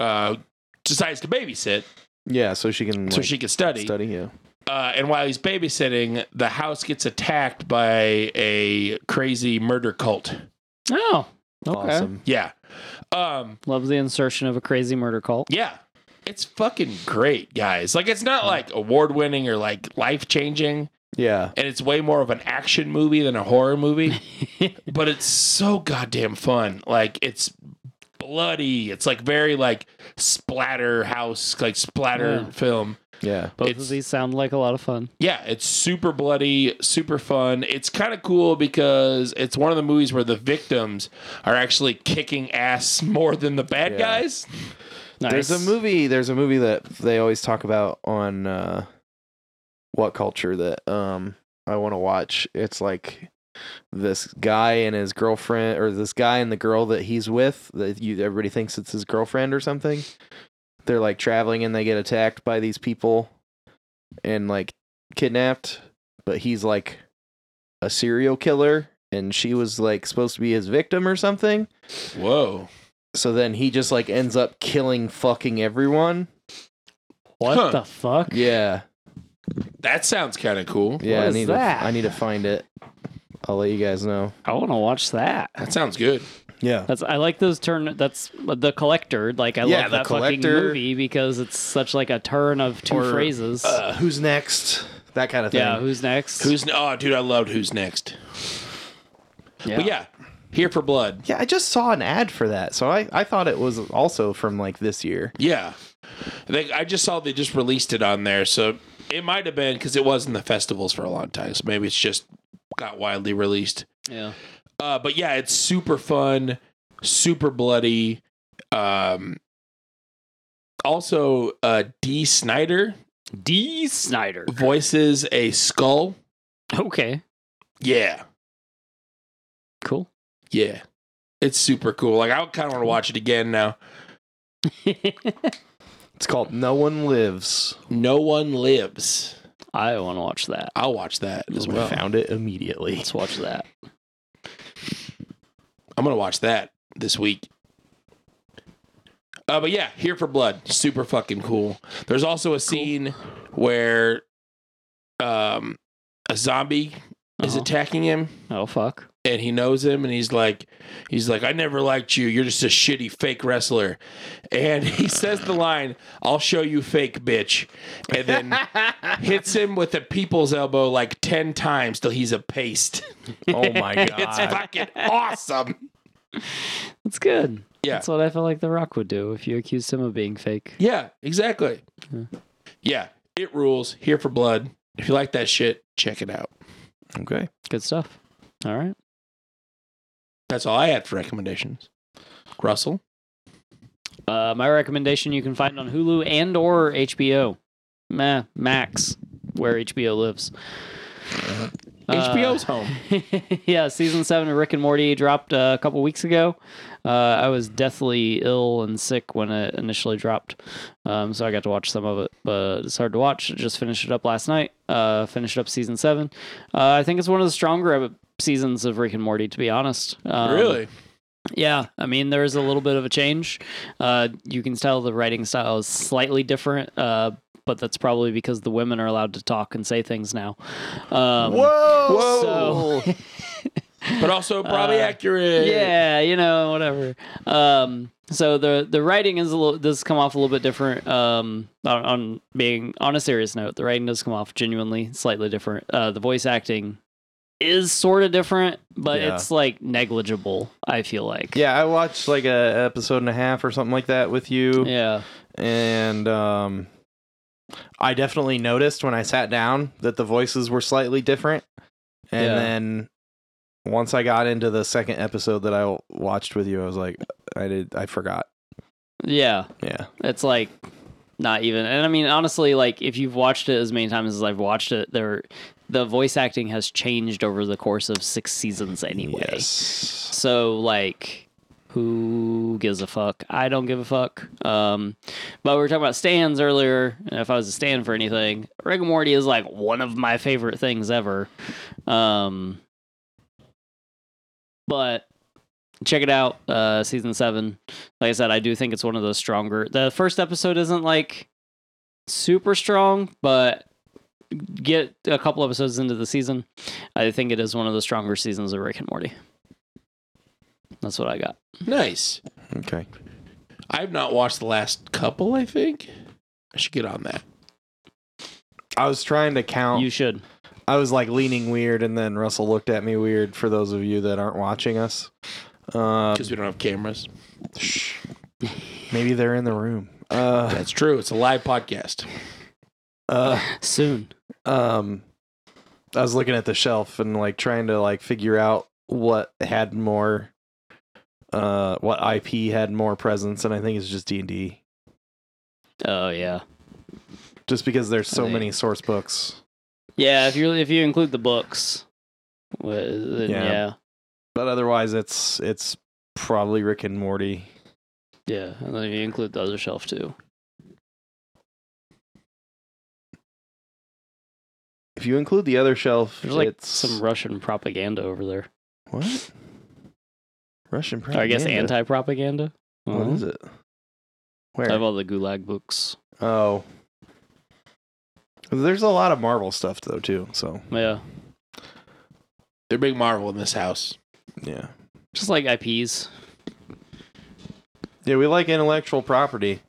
Speaker 1: uh, decides to babysit
Speaker 2: Yeah, so she can
Speaker 1: so
Speaker 2: like,
Speaker 1: she can study.
Speaker 2: study. Yeah.
Speaker 1: Uh, and while he's babysitting, the house gets attacked by a crazy murder cult.
Speaker 3: [laughs] Oh. Okay.
Speaker 2: Awesome.
Speaker 1: Yeah. Um,
Speaker 3: Love the insertion of a crazy murder
Speaker 2: [laughs]
Speaker 3: cult.
Speaker 1: yeah. It's fucking great, guys. Like, it's not like award winning or like life changing.
Speaker 2: Yeah.
Speaker 1: and it's way more of an action movie than a horror movie. but it's so goddamn fun. Like it's bloody. It's like very like splatter house, like splatter
Speaker 3: Yeah.
Speaker 1: film.
Speaker 2: Yeah.
Speaker 3: Both
Speaker 1: It's-
Speaker 3: of these sound like a lot of fun.
Speaker 1: Yeah, it's super bloody, super fun. It's kind of cool because it's one of the movies where the victims are actually kicking ass [laughs] more than the bad
Speaker 2: Yeah.
Speaker 1: guys.
Speaker 3: Nice.
Speaker 2: There's a movie. There's a movie that they always talk about on uh, what culture that um I want to watch. It's like this guy and his girlfriend, or this guy and the girl that he's with. That you everybody thinks it's his girlfriend or something. They're like traveling and they get attacked by these people and like kidnapped. But he's like a serial killer, and she was like supposed to be his victim or something
Speaker 1: Whoa.
Speaker 2: so then he just like ends up killing fucking everyone.
Speaker 3: What
Speaker 1: Huh.
Speaker 3: the fuck?
Speaker 2: Yeah,
Speaker 1: That sounds kind of cool.
Speaker 2: yeah.
Speaker 3: What
Speaker 2: I
Speaker 3: is
Speaker 2: need
Speaker 3: that?
Speaker 2: To, I need to find it. I'll let you guys know.
Speaker 3: I want to watch that.
Speaker 1: That sounds good.
Speaker 2: Yeah,
Speaker 3: That's I like those turn. That's the collector. Like I
Speaker 2: Yeah,
Speaker 3: love
Speaker 2: The
Speaker 3: that
Speaker 2: Collector.
Speaker 3: fucking movie because it's such like a turn of two
Speaker 2: Or,
Speaker 3: phrases.
Speaker 2: uh, who's next? That kind of thing.
Speaker 3: yeah. Who's next?
Speaker 1: Who's oh dude, I loved Who's Next.
Speaker 3: yeah.
Speaker 1: But yeah, Here for Blood.
Speaker 2: yeah, I just saw an ad for that, so I I thought it was also from like this year.
Speaker 1: Yeah, they, I just saw they just released it on there, so it might have been because it was in the festivals for a long time. So maybe it's just got widely released.
Speaker 3: Yeah.
Speaker 1: Uh, but yeah, it's super fun. super bloody. Um, also, uh, D. Snyder
Speaker 3: D. Snyder.
Speaker 1: voices a skull.
Speaker 3: Okay,
Speaker 1: Yeah,
Speaker 3: cool. [laughs]
Speaker 1: yeah, it's super cool. Like I kind of want to watch it again now.
Speaker 2: It's called No One Lives.
Speaker 1: No one lives.
Speaker 3: I want to watch that.
Speaker 1: I'll watch that as
Speaker 2: I
Speaker 1: well.
Speaker 2: found it immediately. [laughs]
Speaker 3: Let's watch that.
Speaker 1: I'm gonna watch that this week. Uh, but yeah, here for blood, super fucking cool. There's also a scene where, um, a zombie is
Speaker 3: Uh-huh.
Speaker 1: attacking him,
Speaker 3: Oh fuck.
Speaker 1: and he knows him, and he's like, he's like, I never liked you. You're just a shitty fake wrestler, and he says the line, "I'll show you fake bitch," and then
Speaker 2: Oh
Speaker 1: hits him with a people's elbow like ten times till he's a paste. [laughs]
Speaker 2: oh [laughs] my god.
Speaker 1: It's fucking awesome.
Speaker 3: That's good.
Speaker 1: Yeah.
Speaker 3: That's what I felt like The Rock would do if you accused him of being fake.
Speaker 1: Yeah, exactly. Yeah, it rules. Here for blood. If you like that shit, check it out.
Speaker 2: okay.
Speaker 3: Good stuff. All right.
Speaker 1: That's all I had for recommendations. Russell,
Speaker 3: Uh, my recommendation you can find on Hulu and or HBO. Meh, Max, where HBO lives.
Speaker 1: Uh-huh.
Speaker 3: Uh, [laughs]
Speaker 1: HBO's home.
Speaker 3: yeah, season seven of Rick and Morty dropped uh, a couple weeks ago. Uh, I was deathly ill and sick when it initially dropped, um, so I got to watch some of it, but it's hard to watch. Just finished it up last night. Uh, finished up season seven. Uh, I think it's one of the stronger ep- seasons of Rick and Morty, to be honest. Um,
Speaker 1: really?
Speaker 3: yeah, I mean, there is a little bit of a change. Uh, you can tell the writing style is slightly different, uh, but that's probably because the women are allowed to talk and say things now. Um,
Speaker 2: Whoa.
Speaker 3: so-
Speaker 1: But also probably
Speaker 3: Uh,
Speaker 1: accurate.
Speaker 3: yeah, you know, whatever. Um, so the the writing is a little does come off a little bit different. Um, on, on being on a serious note, the writing does come off genuinely slightly different. Uh, the voice acting is sort of different, but
Speaker 2: Yeah.
Speaker 3: it's like negligible. I feel like.
Speaker 2: [laughs] yeah, I watched like a episode and a half or something like that with you.
Speaker 3: Yeah.
Speaker 2: and um, I definitely noticed when I sat down that the voices were slightly different. And
Speaker 3: Yeah.
Speaker 2: then once I got into the second episode that I watched with you, I was like, I did, I forgot.
Speaker 3: Yeah.
Speaker 2: Yeah,
Speaker 3: It's like not even. And I mean, honestly, like if you've watched it as many times as I've watched it, there the voice acting has changed over the course of six seasons anyway.
Speaker 2: yes,
Speaker 3: So like who gives a fuck? I don't give a fuck. Um, but we were talking about stands earlier. and If I was a stand for anything, Rick and Morty is like one of my favorite things ever. Um, but check it out, uh, season seven. Like I said, I do think it's one of those stronger. The first episode isn't like super strong, but get a couple episodes into the season, I think it is one of the stronger seasons of Rick and Morty. That's what I got.
Speaker 1: Nice.
Speaker 2: okay.
Speaker 1: I've not watched the last couple, I think. I should get on that.
Speaker 2: I was trying to count.
Speaker 3: You should.
Speaker 2: I was like leaning weird, and then Russell looked at me weird. For those of you that aren't watching us, um,
Speaker 1: Because we don't have cameras.
Speaker 2: shh. maybe they're in the room.
Speaker 3: [laughs]
Speaker 2: Uh,
Speaker 1: That's true. It's a live podcast.
Speaker 2: uh,
Speaker 3: Soon.
Speaker 2: um i was looking at the shelf and like trying to like figure out what had more uh what ip had more presence and i think it's just d&d
Speaker 3: Oh yeah.
Speaker 2: just because there's so
Speaker 3: think-
Speaker 2: many source books
Speaker 3: Yeah, if you if you include the books. wha- Then,
Speaker 2: Yeah.
Speaker 3: yeah.
Speaker 2: but otherwise it's it's probably rick and morty
Speaker 3: Yeah. And then if you include the other shelf too.
Speaker 2: if you include the other shelf
Speaker 3: There's like
Speaker 2: it's
Speaker 3: some Russian propaganda over there.
Speaker 2: what russian
Speaker 3: Or Oh, I guess
Speaker 2: propaganda?
Speaker 3: anti Mm-hmm. propaganda.
Speaker 2: what is it
Speaker 3: I
Speaker 2: where
Speaker 3: have all the gulag books.
Speaker 2: oh there's a lot of marvel stuff though too so
Speaker 3: Yeah.
Speaker 1: They're big Marvel in this house.
Speaker 2: yeah
Speaker 3: Just like [laughs] IPs.
Speaker 2: Yeah, we like intellectual property.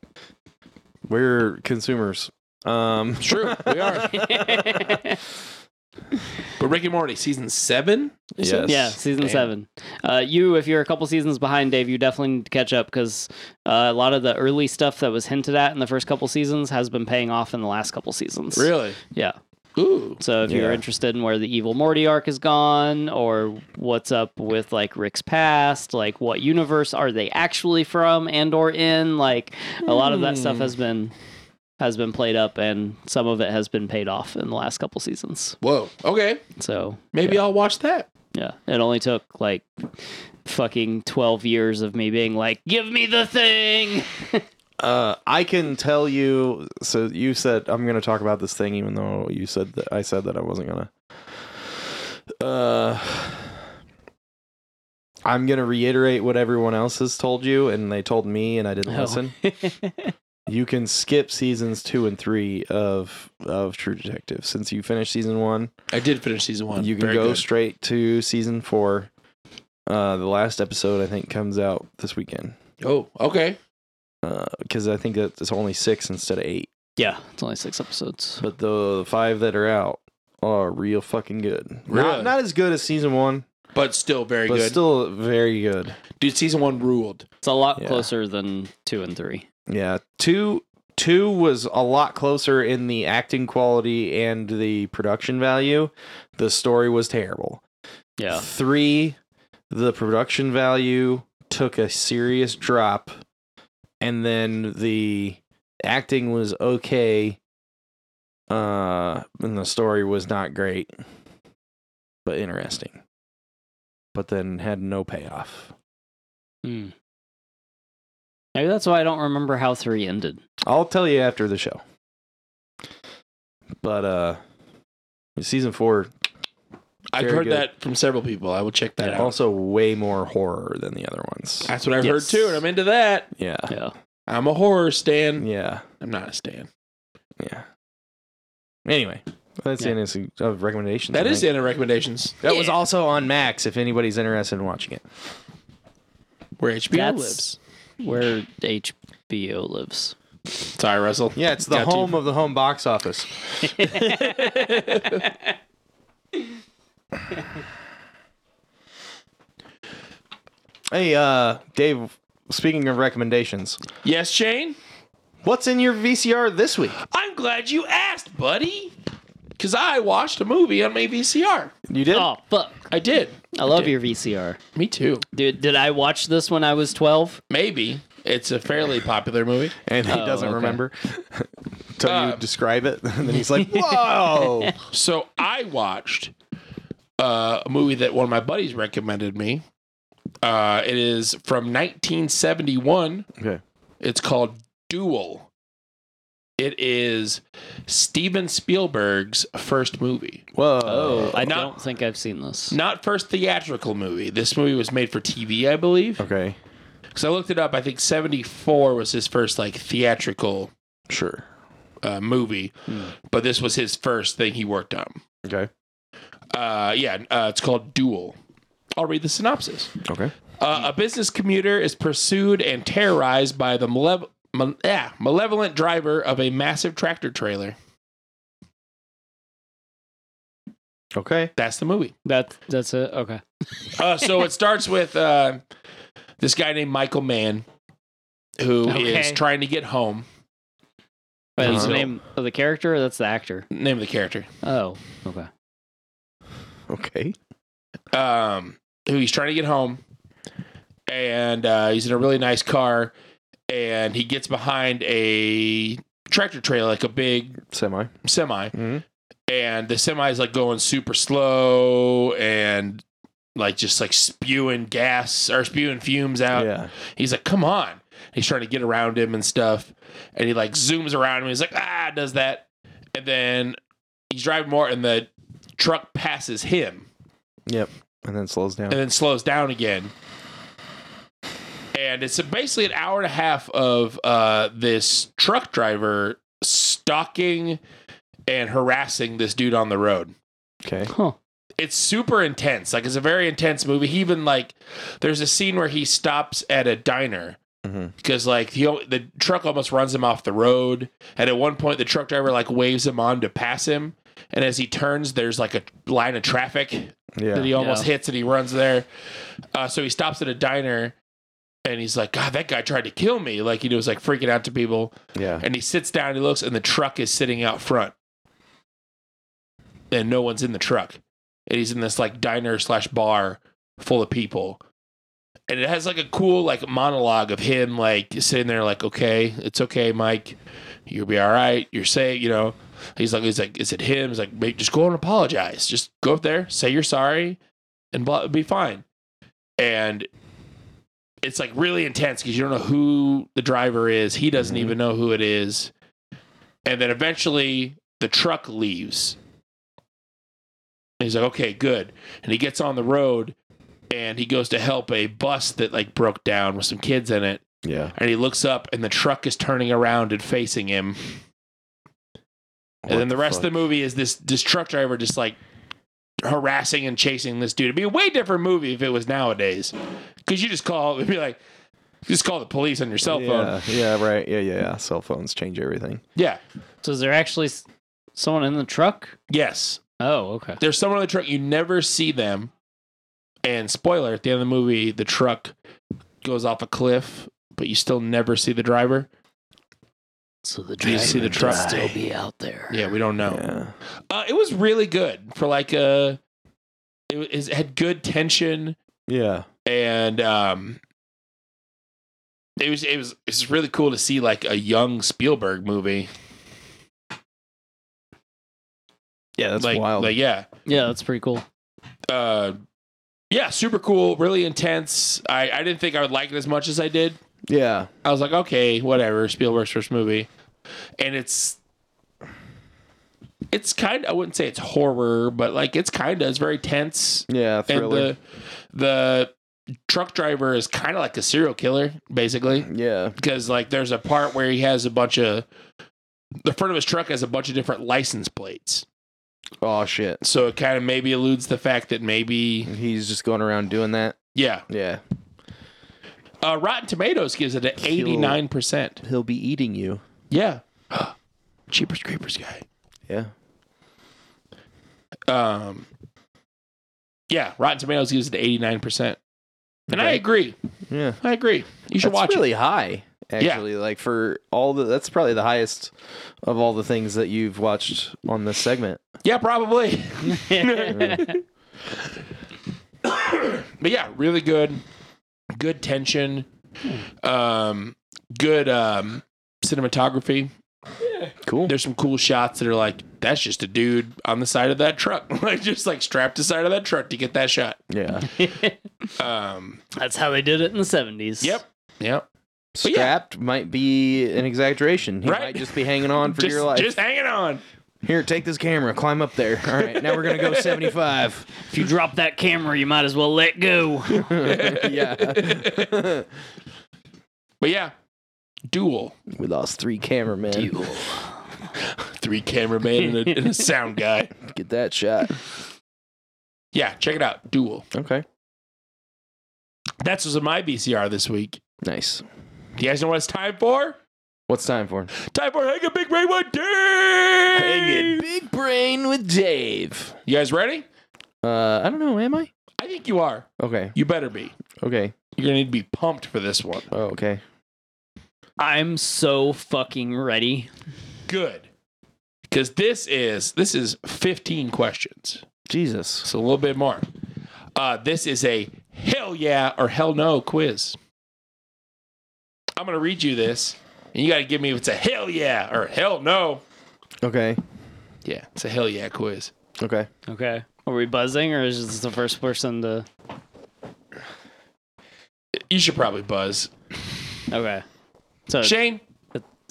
Speaker 2: We're consumers. Um,
Speaker 1: It's true. we
Speaker 3: [laughs]
Speaker 1: are. But Rick and Morty, season seven? you said?
Speaker 2: Yes.
Speaker 3: Yeah, season
Speaker 1: Damn.
Speaker 3: seven. Uh, you, if you're a couple seasons behind, Dave, you definitely need to catch up because uh, a lot of the early stuff that was hinted at in the first couple seasons has been paying off in the last couple seasons.
Speaker 1: Really?
Speaker 3: Yeah.
Speaker 1: Ooh.
Speaker 3: So if you're
Speaker 2: Yeah.
Speaker 3: interested in where the evil Morty arc is gone or what's up with like Rick's past, like what universe are they actually from and or in, like a lot of that stuff
Speaker 1: Hmm.
Speaker 3: has been has been played up and some of it has been paid off in the last couple seasons.
Speaker 1: Whoa. Okay.
Speaker 3: So
Speaker 1: Maybe I'll watch that.
Speaker 3: yeah, it only took like fucking 12 years of me being like, "Give me the thing."
Speaker 2: Uh, I can tell you. So you said I'm going to talk about this thing, even though you said that I said that I wasn't going to. Uh, I'm going to reiterate what everyone else has told you, and they told me, and I didn't
Speaker 3: Oh.
Speaker 2: [laughs] listen. You can skip seasons two and three of of True Detective since you finished season one.
Speaker 1: I did finish season one.
Speaker 2: You can
Speaker 1: Very
Speaker 2: go
Speaker 1: good.
Speaker 2: straight to season four. Uh, the last episode I think comes out this weekend
Speaker 1: Oh, okay.
Speaker 2: because I think that it's only six instead of eight.
Speaker 3: [laughs] yeah, it's only 6 episodes.
Speaker 2: but the five that are out are real fucking good.
Speaker 1: Really?
Speaker 2: Not, not as good as season one,
Speaker 1: But still very
Speaker 2: but
Speaker 1: good.
Speaker 2: still very good.
Speaker 1: Dude, season one ruled.
Speaker 3: It's a lot
Speaker 2: Yeah.
Speaker 3: closer than 2 and 3.
Speaker 2: Yeah, two two was a lot closer in the acting quality and the production value. The story was terrible.
Speaker 3: Yeah.
Speaker 2: Three, the production value took a serious drop, and then the acting was okay. Uh, and the story was not great, but interesting. But then had no payoff.
Speaker 3: Hmm. Maybe that's why I don't remember how three [laughs] ended.
Speaker 2: I'll tell you after the show. But uh, season four
Speaker 1: I've
Speaker 2: Very
Speaker 1: heard
Speaker 2: good.
Speaker 1: that from several people. I will check that out.
Speaker 2: also way more horror than the other ones.
Speaker 1: That's what I've
Speaker 3: Yes.
Speaker 1: heard too, and I'm into that.
Speaker 2: Yeah,
Speaker 3: Yeah.
Speaker 1: I'm a horror stan.
Speaker 2: yeah.
Speaker 1: I'm not a stan.
Speaker 2: Yeah. Anyway, that's
Speaker 3: Yeah.
Speaker 2: the end of recommendations.
Speaker 1: That
Speaker 2: I
Speaker 1: is the
Speaker 2: think.
Speaker 1: end of recommendations
Speaker 2: That was also on Max. If anybody's interested in watching it,
Speaker 1: where HBO
Speaker 3: That's-
Speaker 1: lives.
Speaker 3: Where HBO lives.
Speaker 1: Sorry, Russell.
Speaker 2: yeah, it's the
Speaker 1: Got you.
Speaker 2: home of the home box [laughs] office. hey, uh, Dave. Speaking of recommendations,
Speaker 1: Yes, Shane.
Speaker 2: what's in your VCR this week?
Speaker 1: I'm glad you asked, buddy. Cause I watched a movie on my VCR.
Speaker 2: You did?
Speaker 3: Oh, fuck.
Speaker 1: I did.
Speaker 3: I love
Speaker 1: did.
Speaker 3: your VCR.
Speaker 1: Me too.
Speaker 3: Dude, did I watch this when I was 12?
Speaker 1: Maybe it's a fairly popular movie.
Speaker 2: and he doesn't
Speaker 3: okay.
Speaker 2: remember. [laughs] Until you
Speaker 1: Um,
Speaker 2: describe it, [laughs] and then he's like, [laughs] "Whoa!"
Speaker 1: So I watched uh, a movie that one of my buddies recommended me. Uh, it is from 1971.
Speaker 2: okay.
Speaker 1: It's called Duel. It is Steven Spielberg's first movie.
Speaker 2: Whoa.
Speaker 3: Oh, I
Speaker 1: no.
Speaker 3: don't think I've seen this.
Speaker 1: Not first theatrical movie. This movie was made for TV, I believe.
Speaker 2: Okay.
Speaker 1: Because I looked it up. I think 74 was his first like theatrical
Speaker 2: Sure.
Speaker 1: uh, movie,
Speaker 3: Hmm.
Speaker 1: but this was his first thing he worked on.
Speaker 2: Okay.
Speaker 1: Uh, yeah, uh, it's called Duel. I'll read the synopsis.
Speaker 2: Okay.
Speaker 1: Uh, a business commuter is pursued and terrorized by the malev- mal- yeah, malevolent driver of a massive tractor trailer.
Speaker 2: Okay.
Speaker 1: That's the movie.
Speaker 3: That, that's it? Okay.
Speaker 1: Uh, so it starts with uh, this guy named Michael Mann, who is
Speaker 3: Okay.
Speaker 1: trying to get home.
Speaker 3: But is
Speaker 2: Uh-huh.
Speaker 3: the name of the character or that's the actor?
Speaker 1: Name of the character.
Speaker 3: Oh, okay.
Speaker 2: Okay.
Speaker 1: um, who he's trying to get home, and uh, he's in a really nice car, and he gets behind a tractor trailer, like a big
Speaker 2: Semi.
Speaker 1: semi,
Speaker 2: Mhm.
Speaker 1: and the semi is like going super slow and like just like spewing gas or spewing fumes out.
Speaker 2: yeah.
Speaker 1: He's like, "Come on!" He's trying to get around him and stuff, and he like zooms around him. He's like, "Ah," does that, and then he's driving more, and the truck passes him
Speaker 2: Yep. And then slows down.
Speaker 1: and then slows down again. And it's basically an hour and a half of uh, this truck driver stalking and harassing this dude on the road.
Speaker 2: Okay.
Speaker 3: Huh.
Speaker 1: It's super intense. Like it's a very intense movie. He even like there's a scene where he stops at a diner
Speaker 2: Mhm.
Speaker 1: because like he al- the truck almost runs him off the road. And at one point the truck driver like waves him on to pass him. And as he turns, there's like a line of traffic that
Speaker 2: Yeah.
Speaker 1: he almost
Speaker 3: Yeah.
Speaker 1: hits and he runs there. Uh, so he stops at a diner and he's like, God, that guy tried to kill me. Like, he was like freaking out to people.
Speaker 2: Yeah.
Speaker 1: And he sits down, he looks, and the truck is sitting out front. and no one's in the truck. And he's in this like diner slash bar full of people. And it has like a cool like monologue of him like sitting there like, okay, it's okay, Mike. You'll be all right. You're safe, you know. He's like, he's like, is it him? He's like, "Mate, just go and apologize. Just go up there, say you're sorry, and blah, be fine. And it's like really intense because you don't know who the driver is. He doesn't
Speaker 2: Mhm.
Speaker 1: even know who it is. And then eventually the truck leaves. And he's like, okay, good. And he gets on the road and he goes to help a bus that like broke down with some kids in it.
Speaker 2: Yeah.
Speaker 1: And he looks up and the truck is turning around and facing him. And then the, rest of the movie is this this truck driver just like harassing and chasing this dude. It'd be a way different movie if it was nowadays, because you just call [laughs] it'd be like just call the police on your cell phone. Yeah,
Speaker 2: Yeah, yeah, right. Yeah, yeah, yeah. Cell phones change everything.
Speaker 3: So is there actually s- someone in the truck?
Speaker 1: yes.
Speaker 3: Oh, okay.
Speaker 1: There's someone on the truck you never see them. And spoiler at the end of the movie, the truck goes off a cliff, but you still never see the driver.
Speaker 3: So the
Speaker 1: You see the
Speaker 3: driver
Speaker 1: truck.
Speaker 3: could still be out there.
Speaker 1: Yeah, we don't know.
Speaker 2: Yeah.
Speaker 1: Uh, it was really good for like a. It, was- it had good tension.
Speaker 2: Yeah.
Speaker 1: and um it was it was it's really cool to see like a young Spielberg movie.
Speaker 2: Yeah, that's
Speaker 1: like,
Speaker 2: wild.
Speaker 1: Like yeah.
Speaker 3: Yeah, that's pretty [laughs] cool.
Speaker 1: Uh yeah, super cool, really intense. I I didn't think I would like it as much as I did.
Speaker 2: yeah.
Speaker 1: I was like, okay, whatever, Spielberg's first movie. And it's it's kind I wouldn't say it's horror, but like it's kind of it's very tense
Speaker 2: Yeah,
Speaker 1: and
Speaker 2: thriller.
Speaker 1: the the truck driver is kind of like a serial killer basically.
Speaker 2: yeah.
Speaker 1: because like there's a part where he has a bunch of the front of his truck has a bunch of different license plates
Speaker 2: Oh shit.
Speaker 1: so it kind of maybe alludes the fact that maybe
Speaker 2: He's just going around doing that.
Speaker 1: yeah
Speaker 2: Yeah.
Speaker 1: uh, rotten tomatoes gives it an 89%
Speaker 2: He'll be eating you. [gasps]
Speaker 1: yeah cheapers creepers guy
Speaker 2: Yeah.
Speaker 1: um yeah rotten tomatoes gives it an 89% and i
Speaker 2: Okay.
Speaker 1: agree
Speaker 2: Yeah.
Speaker 1: i agree you should
Speaker 2: that's
Speaker 1: watch
Speaker 2: really high actually like for all the that's probably the highest of all the things that you've watched on this segment
Speaker 1: it yeah probably [laughs] but yeah, really good, good tension,
Speaker 2: Hmm.
Speaker 1: um, good um, cinematography.
Speaker 2: cool
Speaker 1: There's some cool shots that are like that's just a dude on the side of that truck, [laughs] like just like strapped to the side of that truck to get that shot.
Speaker 2: [laughs] yeah
Speaker 1: Um,
Speaker 3: that's how they did it in the 70s.
Speaker 1: yep, yep, But yeah.
Speaker 2: strapped might be an exaggeration he
Speaker 1: Right.
Speaker 2: might just be hanging on
Speaker 1: [laughs]
Speaker 2: for
Speaker 1: just,
Speaker 2: your life
Speaker 1: just hanging on.
Speaker 2: here take this camera climb up there all right now we're
Speaker 1: [laughs]
Speaker 2: gonna go 75
Speaker 3: If you drop that camera, you might as well let go.
Speaker 2: yeah [laughs]
Speaker 1: But yeah, duel,
Speaker 2: we lost three cameramen
Speaker 1: three cameraman and a, and a sound
Speaker 2: [laughs]
Speaker 1: guy.
Speaker 2: get that shot
Speaker 1: Yeah, check it out, duel.
Speaker 2: okay
Speaker 1: That's what's in my BCR this week.
Speaker 2: nice
Speaker 1: Do you guys know what it's time for?
Speaker 2: what's time for
Speaker 1: Time for hang a big brain one day.
Speaker 2: big brain with dave
Speaker 1: You guys ready?
Speaker 2: uh i don't know am i
Speaker 1: I think you are.
Speaker 2: okay
Speaker 1: You better be.
Speaker 2: okay
Speaker 1: You're gonna need to be pumped for this one.
Speaker 2: oh, okay
Speaker 3: I'm so fucking ready.
Speaker 1: Good. Because this is this is 15 questions.
Speaker 2: jesus
Speaker 1: So a little bit more. Uh, this is a hell yeah or hell no quiz. I'm gonna read you this, and you gotta give me if it's a hell yeah or hell no.
Speaker 2: Okay.
Speaker 1: Yeah, it's a hell yeah quiz.
Speaker 2: Okay.
Speaker 3: Okay. Are we buzzing or is this the first person to.
Speaker 1: You should probably buzz.
Speaker 3: Okay.
Speaker 2: Uh,
Speaker 3: So
Speaker 1: Shane?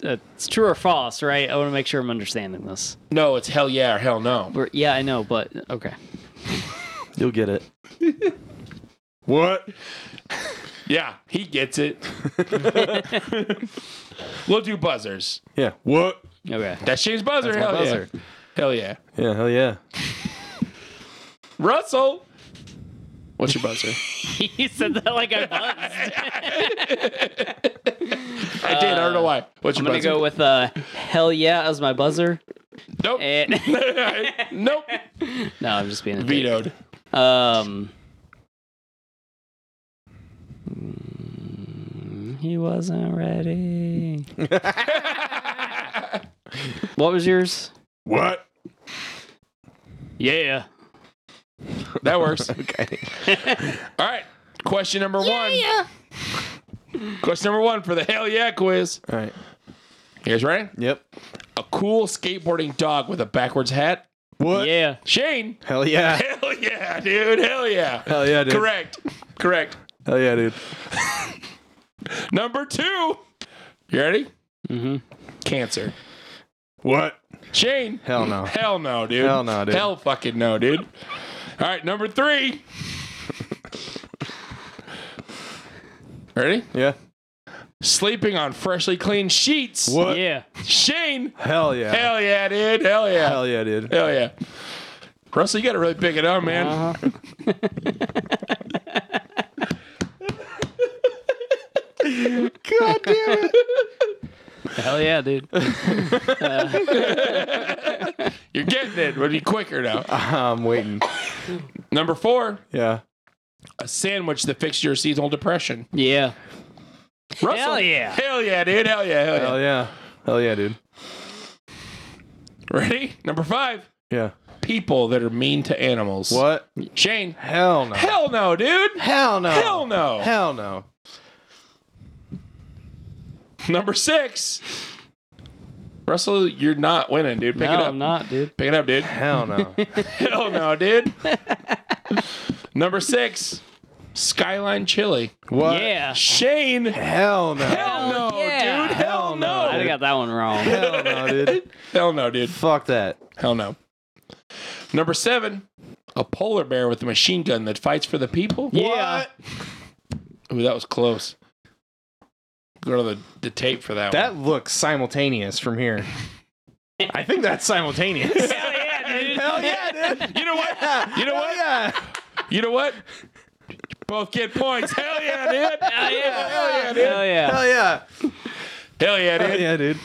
Speaker 3: it's true or false, right? I want to make sure I'm understanding this.
Speaker 1: No, it's hell yeah or hell no.
Speaker 3: We're, yeah, I know, but okay.
Speaker 2: You'll get it.
Speaker 1: What? yeah, he gets
Speaker 2: [laughs]
Speaker 1: it. we'll do buzzers.
Speaker 2: Yeah. What?
Speaker 3: Okay. [laughs]
Speaker 1: That's Shane's buzzer.
Speaker 2: That's
Speaker 1: hell
Speaker 2: my buzzer.
Speaker 1: yeah. Hell yeah.
Speaker 2: Yeah, hell yeah.
Speaker 1: Russell. What's your buzzer?
Speaker 3: you said that like I buzzed.
Speaker 1: I did. I don't know why. What's
Speaker 3: I'm
Speaker 1: your
Speaker 3: going to
Speaker 1: buzzer?
Speaker 3: go with uh, hell yeah as my buzzer.
Speaker 1: nope.
Speaker 3: And [laughs]
Speaker 1: [laughs] nope.
Speaker 3: no, I'm just being a dick.
Speaker 1: Vetoed.
Speaker 3: Um, mm, he wasn't ready. what was yours?
Speaker 1: What?
Speaker 3: Yeah.
Speaker 1: [laughs] That works. [laughs]
Speaker 2: Okay.
Speaker 1: All right. Question number one. Question number one for the hell yeah quiz.
Speaker 2: All right.
Speaker 1: Here's ready.
Speaker 2: Yep.
Speaker 1: A cool skateboarding dog with a backwards hat.
Speaker 2: What?
Speaker 3: Yeah.
Speaker 1: Shane. [laughs]
Speaker 2: Hell yeah.
Speaker 1: Hell yeah, dude. Hell yeah.
Speaker 2: Hell yeah,
Speaker 1: [laughs]
Speaker 2: dude.
Speaker 1: Correct. Correct.
Speaker 2: Hell yeah, dude.
Speaker 1: Number two. You ready?
Speaker 3: Mm-hmm.
Speaker 1: Cancer.
Speaker 2: What?
Speaker 1: Shane.
Speaker 2: Hell
Speaker 1: [laughs]
Speaker 2: no.
Speaker 1: Hell no, dude.
Speaker 2: Hell no, dude.
Speaker 1: Hell fucking no, dude. All right, number three. Ready?
Speaker 2: Yeah.
Speaker 1: Sleeping on freshly cleaned sheets.
Speaker 2: What?
Speaker 3: Yeah.
Speaker 1: Shane.
Speaker 2: Hell yeah.
Speaker 1: Hell yeah, dude. Hell yeah.
Speaker 2: Hell
Speaker 1: [laughs]
Speaker 2: yeah, dude.
Speaker 1: Hell yeah. Russell, you got to really pick it up, man.
Speaker 3: Uh-huh.
Speaker 2: God damn it.
Speaker 3: Hell yeah, dude.
Speaker 1: You're getting it. Would be quicker now.
Speaker 2: I'm waiting.
Speaker 1: Number four,
Speaker 2: Yeah.
Speaker 1: a sandwich that fixes your seasonal depression.
Speaker 3: Yeah.
Speaker 1: Russell,
Speaker 3: Hell yeah.
Speaker 1: Hell yeah, dude. Hell yeah. Hell yeah.
Speaker 2: Hell yeah. Hell yeah, dude.
Speaker 1: Ready? Number five,
Speaker 2: Yeah.
Speaker 1: people that are mean to animals.
Speaker 2: What?
Speaker 1: Shane.
Speaker 2: Hell no.
Speaker 1: Hell no, dude.
Speaker 2: Hell no.
Speaker 1: Hell no.
Speaker 2: Hell no.
Speaker 1: [laughs] Number six. Russell, you're not winning, dude. Pick
Speaker 3: no,
Speaker 1: it up.
Speaker 3: I'm not, dude.
Speaker 1: Pick it up,
Speaker 3: [laughs]
Speaker 1: dude. [laughs]
Speaker 2: Hell no.
Speaker 1: Hell no, dude. Number six, Skyline Chili.
Speaker 2: What?
Speaker 3: Yeah.
Speaker 1: Shane.
Speaker 2: Hell no.
Speaker 1: Hell no,
Speaker 3: yeah.
Speaker 1: Oh, dude. Hell,
Speaker 2: Hell no.
Speaker 1: no.
Speaker 3: I got that one wrong.
Speaker 2: Hell no, dude.
Speaker 1: Hell no, dude.
Speaker 2: Fuck that.
Speaker 1: Hell no. Number seven, a polar bear with a machine gun that fights for the people.
Speaker 3: Yeah.
Speaker 2: What?
Speaker 1: Ooh, that was close. Go to the, the tape for that,
Speaker 2: That looks simultaneous from
Speaker 1: [laughs]
Speaker 2: here. I think that's simultaneous.
Speaker 3: [laughs] Hell yeah, dude.
Speaker 2: Hell yeah, dude.
Speaker 1: one. You know
Speaker 3: [laughs]
Speaker 1: what? You know
Speaker 2: Hell
Speaker 1: what?
Speaker 2: Yeah.
Speaker 1: You know what? Both get points. Hell yeah, dude. Hell yeah. Hell yeah, dude.
Speaker 3: Hell yeah.
Speaker 2: Hell yeah.
Speaker 1: Hell yeah, dude.
Speaker 2: Hell yeah, dude.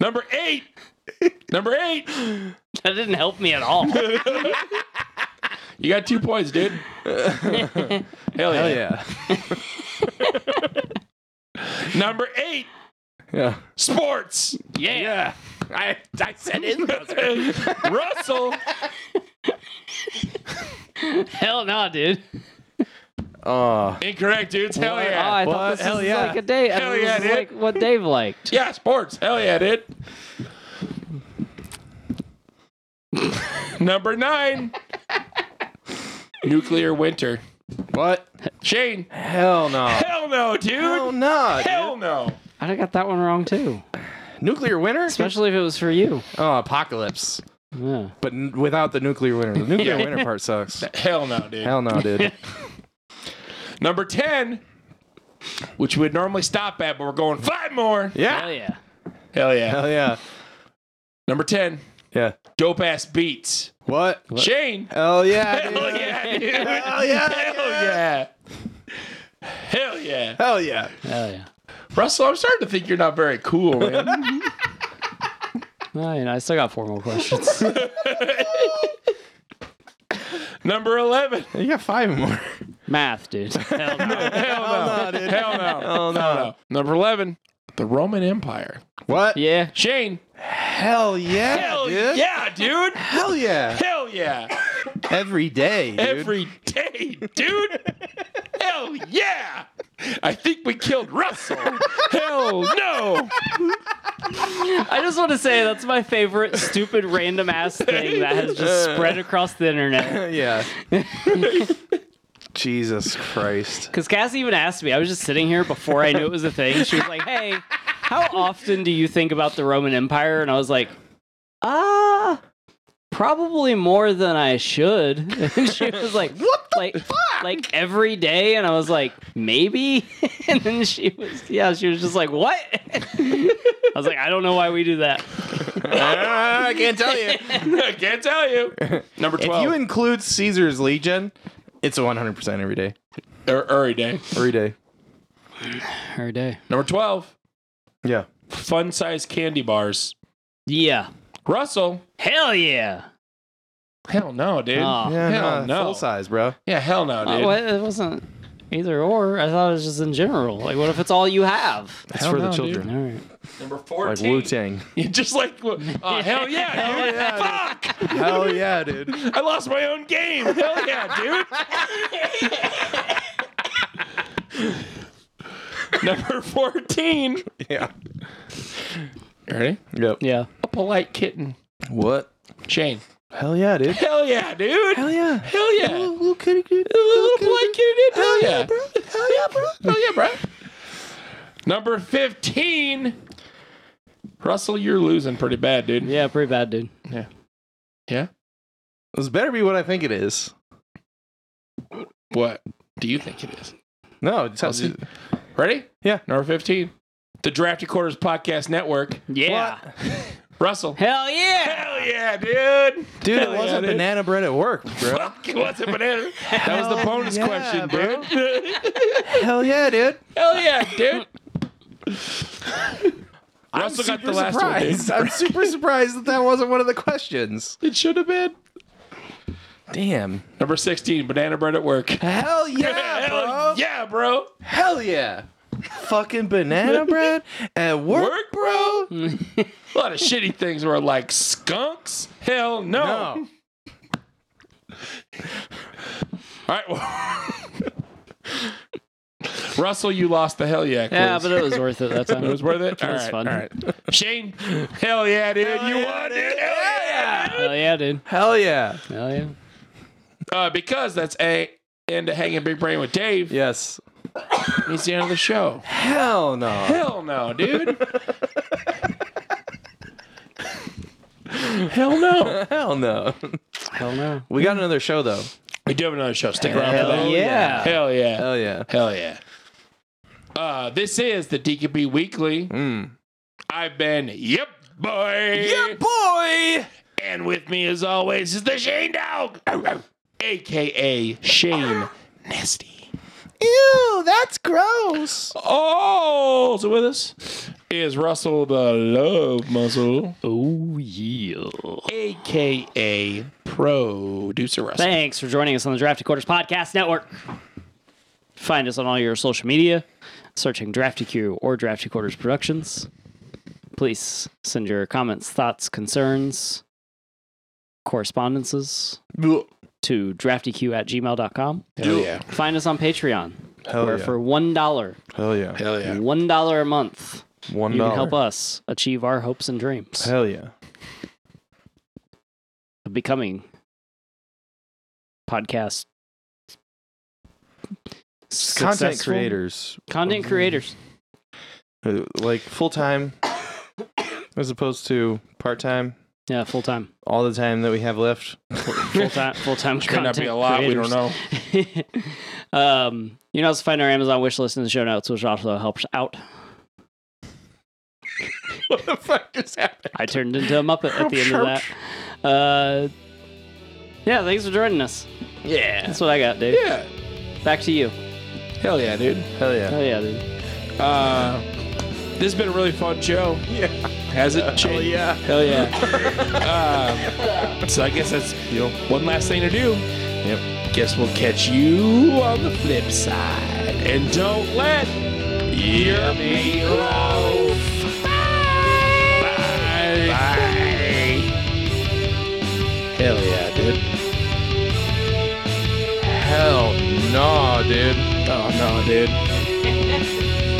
Speaker 1: Number eight. Number eight.
Speaker 3: That didn't help me at all.
Speaker 1: You got two points,
Speaker 2: [laughs]
Speaker 1: dude. Hell yeah.
Speaker 2: Hell yeah.
Speaker 1: Number eight.
Speaker 2: Yeah.
Speaker 1: Sports.
Speaker 3: Yeah.
Speaker 2: I, I said it.
Speaker 1: [laughs] Russell.
Speaker 3: [laughs] Hell no, dude.
Speaker 2: Oh.
Speaker 1: Incorrect, dudes. Hell
Speaker 3: Oh,
Speaker 1: yeah.
Speaker 3: I
Speaker 2: What?
Speaker 3: thought this
Speaker 2: Hell
Speaker 3: was
Speaker 2: yeah.
Speaker 3: like a day. I
Speaker 1: Hell
Speaker 3: thought this
Speaker 1: yeah,
Speaker 3: was
Speaker 1: dude.
Speaker 3: like what Dave liked.
Speaker 1: yeah, sports. Hell yeah, dude. Number
Speaker 2: [laughs]
Speaker 1: nine. Nuclear winter.
Speaker 2: What?
Speaker 1: Shane.
Speaker 2: Hell no.
Speaker 1: Hell no, dude.
Speaker 2: Hell no. dude.
Speaker 1: Hell no.
Speaker 3: I'd have got that one wrong too.
Speaker 2: Nuclear winter?
Speaker 3: Especially if it was for you.
Speaker 2: Oh, apocalypse.
Speaker 3: Yeah.
Speaker 2: But n- without the nuclear winter. The [laughs] nuclear winter part sucks.
Speaker 1: Hell no, dude.
Speaker 2: Hell no, [laughs] dude.
Speaker 1: Number 10, which we'd normally stop at, but we're going five more.
Speaker 3: Hell
Speaker 2: Yeah.
Speaker 3: yeah.
Speaker 1: Hell yeah.
Speaker 2: Hell yeah.
Speaker 1: Number 10,
Speaker 2: Yeah.
Speaker 1: dope ass beats.
Speaker 2: What?
Speaker 1: Shane.
Speaker 2: Hell yeah.
Speaker 1: Hell
Speaker 2: dude.
Speaker 1: yeah, dude.
Speaker 2: Hell yeah.
Speaker 1: [laughs] Hell yeah. Hell yeah.
Speaker 2: Hell yeah.
Speaker 3: Hell yeah.
Speaker 1: Russell, I'm starting to think you're not very cool,
Speaker 2: [laughs]
Speaker 1: man.
Speaker 3: No, you know, I still got four more questions.
Speaker 1: Number
Speaker 2: [laughs]
Speaker 1: 11.
Speaker 2: You got five more.
Speaker 3: Math, dude. Hell no.
Speaker 1: Hell no.
Speaker 2: no, dude.
Speaker 1: Hell no.
Speaker 2: Hell no.
Speaker 1: Number 11, the Roman Empire.
Speaker 3: [laughs]
Speaker 2: What?
Speaker 3: Yeah.
Speaker 1: Shane.
Speaker 2: Hell yeah.
Speaker 1: Hell
Speaker 2: dude.
Speaker 1: yeah, dude.
Speaker 2: Hell yeah.
Speaker 1: Hell yeah.
Speaker 2: Every day. Dude.
Speaker 1: every day, dude. Hell yeah! I think we killed Russell. Hell no! [laughs]
Speaker 3: I just want to say that's my favorite stupid random ass thing that has just spread across the internet.
Speaker 2: [laughs] Yeah. Jesus Christ.
Speaker 3: Because Cassie even asked me, I was just sitting here before I knew it was a thing. She was like, hey, how often do you think about the Roman Empire? And I was like, ah. Probably more than I should. [laughs] And she was like, "What like, Like every day?" And I was like, "Maybe." [laughs] And then she was, yeah, she was just like, "What?" [laughs] I was like, "I don't know why we do that."
Speaker 1: Ah,
Speaker 2: I can't tell [laughs] you.
Speaker 1: I can't tell you. Number
Speaker 2: If you
Speaker 1: twelve.
Speaker 2: include Caesar's Legion, it's a 100% every day.
Speaker 1: Er- Every day.
Speaker 2: Every day.
Speaker 3: Her day.
Speaker 1: Number twelve.
Speaker 2: Yeah.
Speaker 1: Fun size candy bars.
Speaker 3: Yeah.
Speaker 1: Russell.
Speaker 3: Hell yeah.
Speaker 1: Hell no, dude.
Speaker 3: Aw.
Speaker 2: Yeah,
Speaker 1: Ah. Hell
Speaker 2: no,
Speaker 1: no.
Speaker 2: Full size, bro.
Speaker 1: Yeah, hell no,
Speaker 3: Uh,
Speaker 1: dude.
Speaker 3: what- it wasn't. Either or. I thought it was just in general. Like, what if it's all you have?
Speaker 2: It's
Speaker 1: Hell
Speaker 2: for
Speaker 1: no,
Speaker 2: the
Speaker 1: dude.
Speaker 3: All
Speaker 2: children.
Speaker 3: right.
Speaker 1: Number
Speaker 2: Like
Speaker 1: 14. [laughs]
Speaker 2: Wu Tang.
Speaker 1: Just like, uh,
Speaker 2: [laughs]
Speaker 1: hell yeah,
Speaker 2: Hell
Speaker 1: dude.
Speaker 2: yeah,
Speaker 1: Fuck!
Speaker 2: Hell yeah, dude.
Speaker 1: I lost my own game. Hell yeah,
Speaker 2: [laughs]
Speaker 1: dude. Number 14.
Speaker 2: [laughs] Yeah.
Speaker 1: Ready?
Speaker 2: Yep.
Speaker 3: Yeah.
Speaker 1: A polite kitten.
Speaker 2: What?
Speaker 1: Shane.
Speaker 2: Hell yeah, dude.
Speaker 1: Hell yeah, dude.
Speaker 2: Hell yeah.
Speaker 1: Hell yeah.
Speaker 2: Little, little kitty, dude.
Speaker 1: A little polite kitten, dude. Hell
Speaker 2: Hell yeah,
Speaker 1: yeah.
Speaker 2: bro. Hell yeah, bro.
Speaker 1: Hell yeah, bro. Number 15. Russell, you're losing pretty bad, dude.
Speaker 3: Yeah, pretty bad, dude.
Speaker 2: This better be what I think it is.
Speaker 1: What do you think it is?
Speaker 2: No, it's
Speaker 1: Let's see. Ready?
Speaker 2: Yeah.
Speaker 1: Number 15. The Drafty Quarters Podcast Network.
Speaker 3: Yeah.
Speaker 1: Russell.
Speaker 3: Hell yeah.
Speaker 1: [laughs] Hell yeah, dude.
Speaker 2: dude,
Speaker 1: Hell
Speaker 2: it was
Speaker 1: yeah,
Speaker 2: a
Speaker 1: dude.
Speaker 2: banana bread at work, bro.
Speaker 1: Fuck, it wasn't
Speaker 2: [laughs]
Speaker 1: banana. That was the
Speaker 2: Hell
Speaker 1: bonus
Speaker 2: yeah,
Speaker 1: question,
Speaker 2: bro.
Speaker 1: dude.
Speaker 2: Hell yeah, dude.
Speaker 1: Hell yeah,
Speaker 2: [laughs]
Speaker 1: dude.
Speaker 2: I'm
Speaker 1: Russell got
Speaker 2: super
Speaker 1: the last one, dude.
Speaker 2: surprised. I'm super surprised that that wasn't one of the questions.
Speaker 1: It should have been.
Speaker 2: Damn.
Speaker 1: Number 16, banana bread at work.
Speaker 2: [laughs] Hell yeah,
Speaker 1: [laughs] Hell
Speaker 2: bro.
Speaker 1: yeah, bro.
Speaker 2: Hell yeah. Fucking [laughs] banana bread at work,
Speaker 1: Work,
Speaker 2: bro. No.
Speaker 1: A lot of shitty things were like skunks. Hell no. All right. well- [laughs] Russell, you lost the hell yeah quiz.
Speaker 3: Yeah, but it was worth it that time.
Speaker 1: it was worth it. All
Speaker 3: was
Speaker 1: right,
Speaker 3: fun.
Speaker 1: all right. Shane, hell yeah, dude, you
Speaker 2: yeah,
Speaker 1: won, dude.
Speaker 2: dude.
Speaker 1: Hell yeah. dude.
Speaker 3: Hell yeah, dude.
Speaker 2: Hell yeah.
Speaker 3: Hell yeah.
Speaker 1: Uh, because that's a end to hanging big brain with Dave.
Speaker 2: Yes.
Speaker 1: It's the end of the show.
Speaker 2: [laughs] Hell no.
Speaker 1: Hell no, dude. hell no.
Speaker 2: Hell no.
Speaker 3: Hell no.
Speaker 2: We got another show though.
Speaker 1: We do have another show. Stick around for
Speaker 2: Hell
Speaker 1: that.
Speaker 2: yeah.
Speaker 1: Hell yeah.
Speaker 2: Hell yeah.
Speaker 1: Hell yeah. Uh, this is the DKB Weekly.
Speaker 2: Mm.
Speaker 1: I've been Yep Boy.
Speaker 2: Yeah, boy.
Speaker 1: And with me, as always, is the Shane Dog, aka Shane Nasty.
Speaker 2: Ew, that's gross.
Speaker 1: Oh, so with us is Russell the Love Muscle,
Speaker 3: Oh yeah.
Speaker 1: aka Producer Russell.
Speaker 3: Thanks for joining us on the Drafty Quarters Podcast Network. Find us on all your social media, searching Drafty Q or Drafty Quarters Productions. Please send your comments, thoughts, concerns, correspondences to draftyq at gmail.com.
Speaker 1: Hell yeah.
Speaker 3: Find us on Patreon,
Speaker 2: Hell
Speaker 3: where
Speaker 2: yeah.
Speaker 3: for $1,
Speaker 2: Hell yeah.
Speaker 1: Hell yeah.
Speaker 3: $1 a month,
Speaker 2: One
Speaker 3: you can help us achieve our hopes and dreams
Speaker 2: Hell yeah.
Speaker 3: of becoming podcast
Speaker 2: Content
Speaker 3: successful
Speaker 2: creators,
Speaker 3: content creators
Speaker 2: uh, like full time, [coughs] as opposed to part time.
Speaker 3: yeah full
Speaker 2: [laughs]
Speaker 3: time
Speaker 2: All the time that we have
Speaker 3: [laughs]
Speaker 2: left.
Speaker 3: full time full time
Speaker 1: Could not be a lot. We don't know.
Speaker 3: know [laughs] um you can also find our amazon wish list in the show notes which also helps out
Speaker 2: what the fuck just happened?
Speaker 3: i turned into a muppet at the end of that uh yeah thanks for joining us
Speaker 1: Yeah.
Speaker 3: that's what i got dude
Speaker 1: Yeah.
Speaker 3: back to you
Speaker 1: Hell yeah, dude.
Speaker 2: Hell yeah.
Speaker 3: oh yeah dude
Speaker 1: Uh, this has been a really fun show.
Speaker 2: Yeah.
Speaker 1: Has it? Shane?
Speaker 2: yeah.
Speaker 1: Hell [laughs] yeah. um, so I guess that's you know one last thing to do.
Speaker 2: Yep.
Speaker 1: Guess we'll catch you on the flip side. And don't let your meatloaf. Bye. Bye. Hell yeah, dude.
Speaker 2: Hell no, dude.
Speaker 1: Oh no, dude.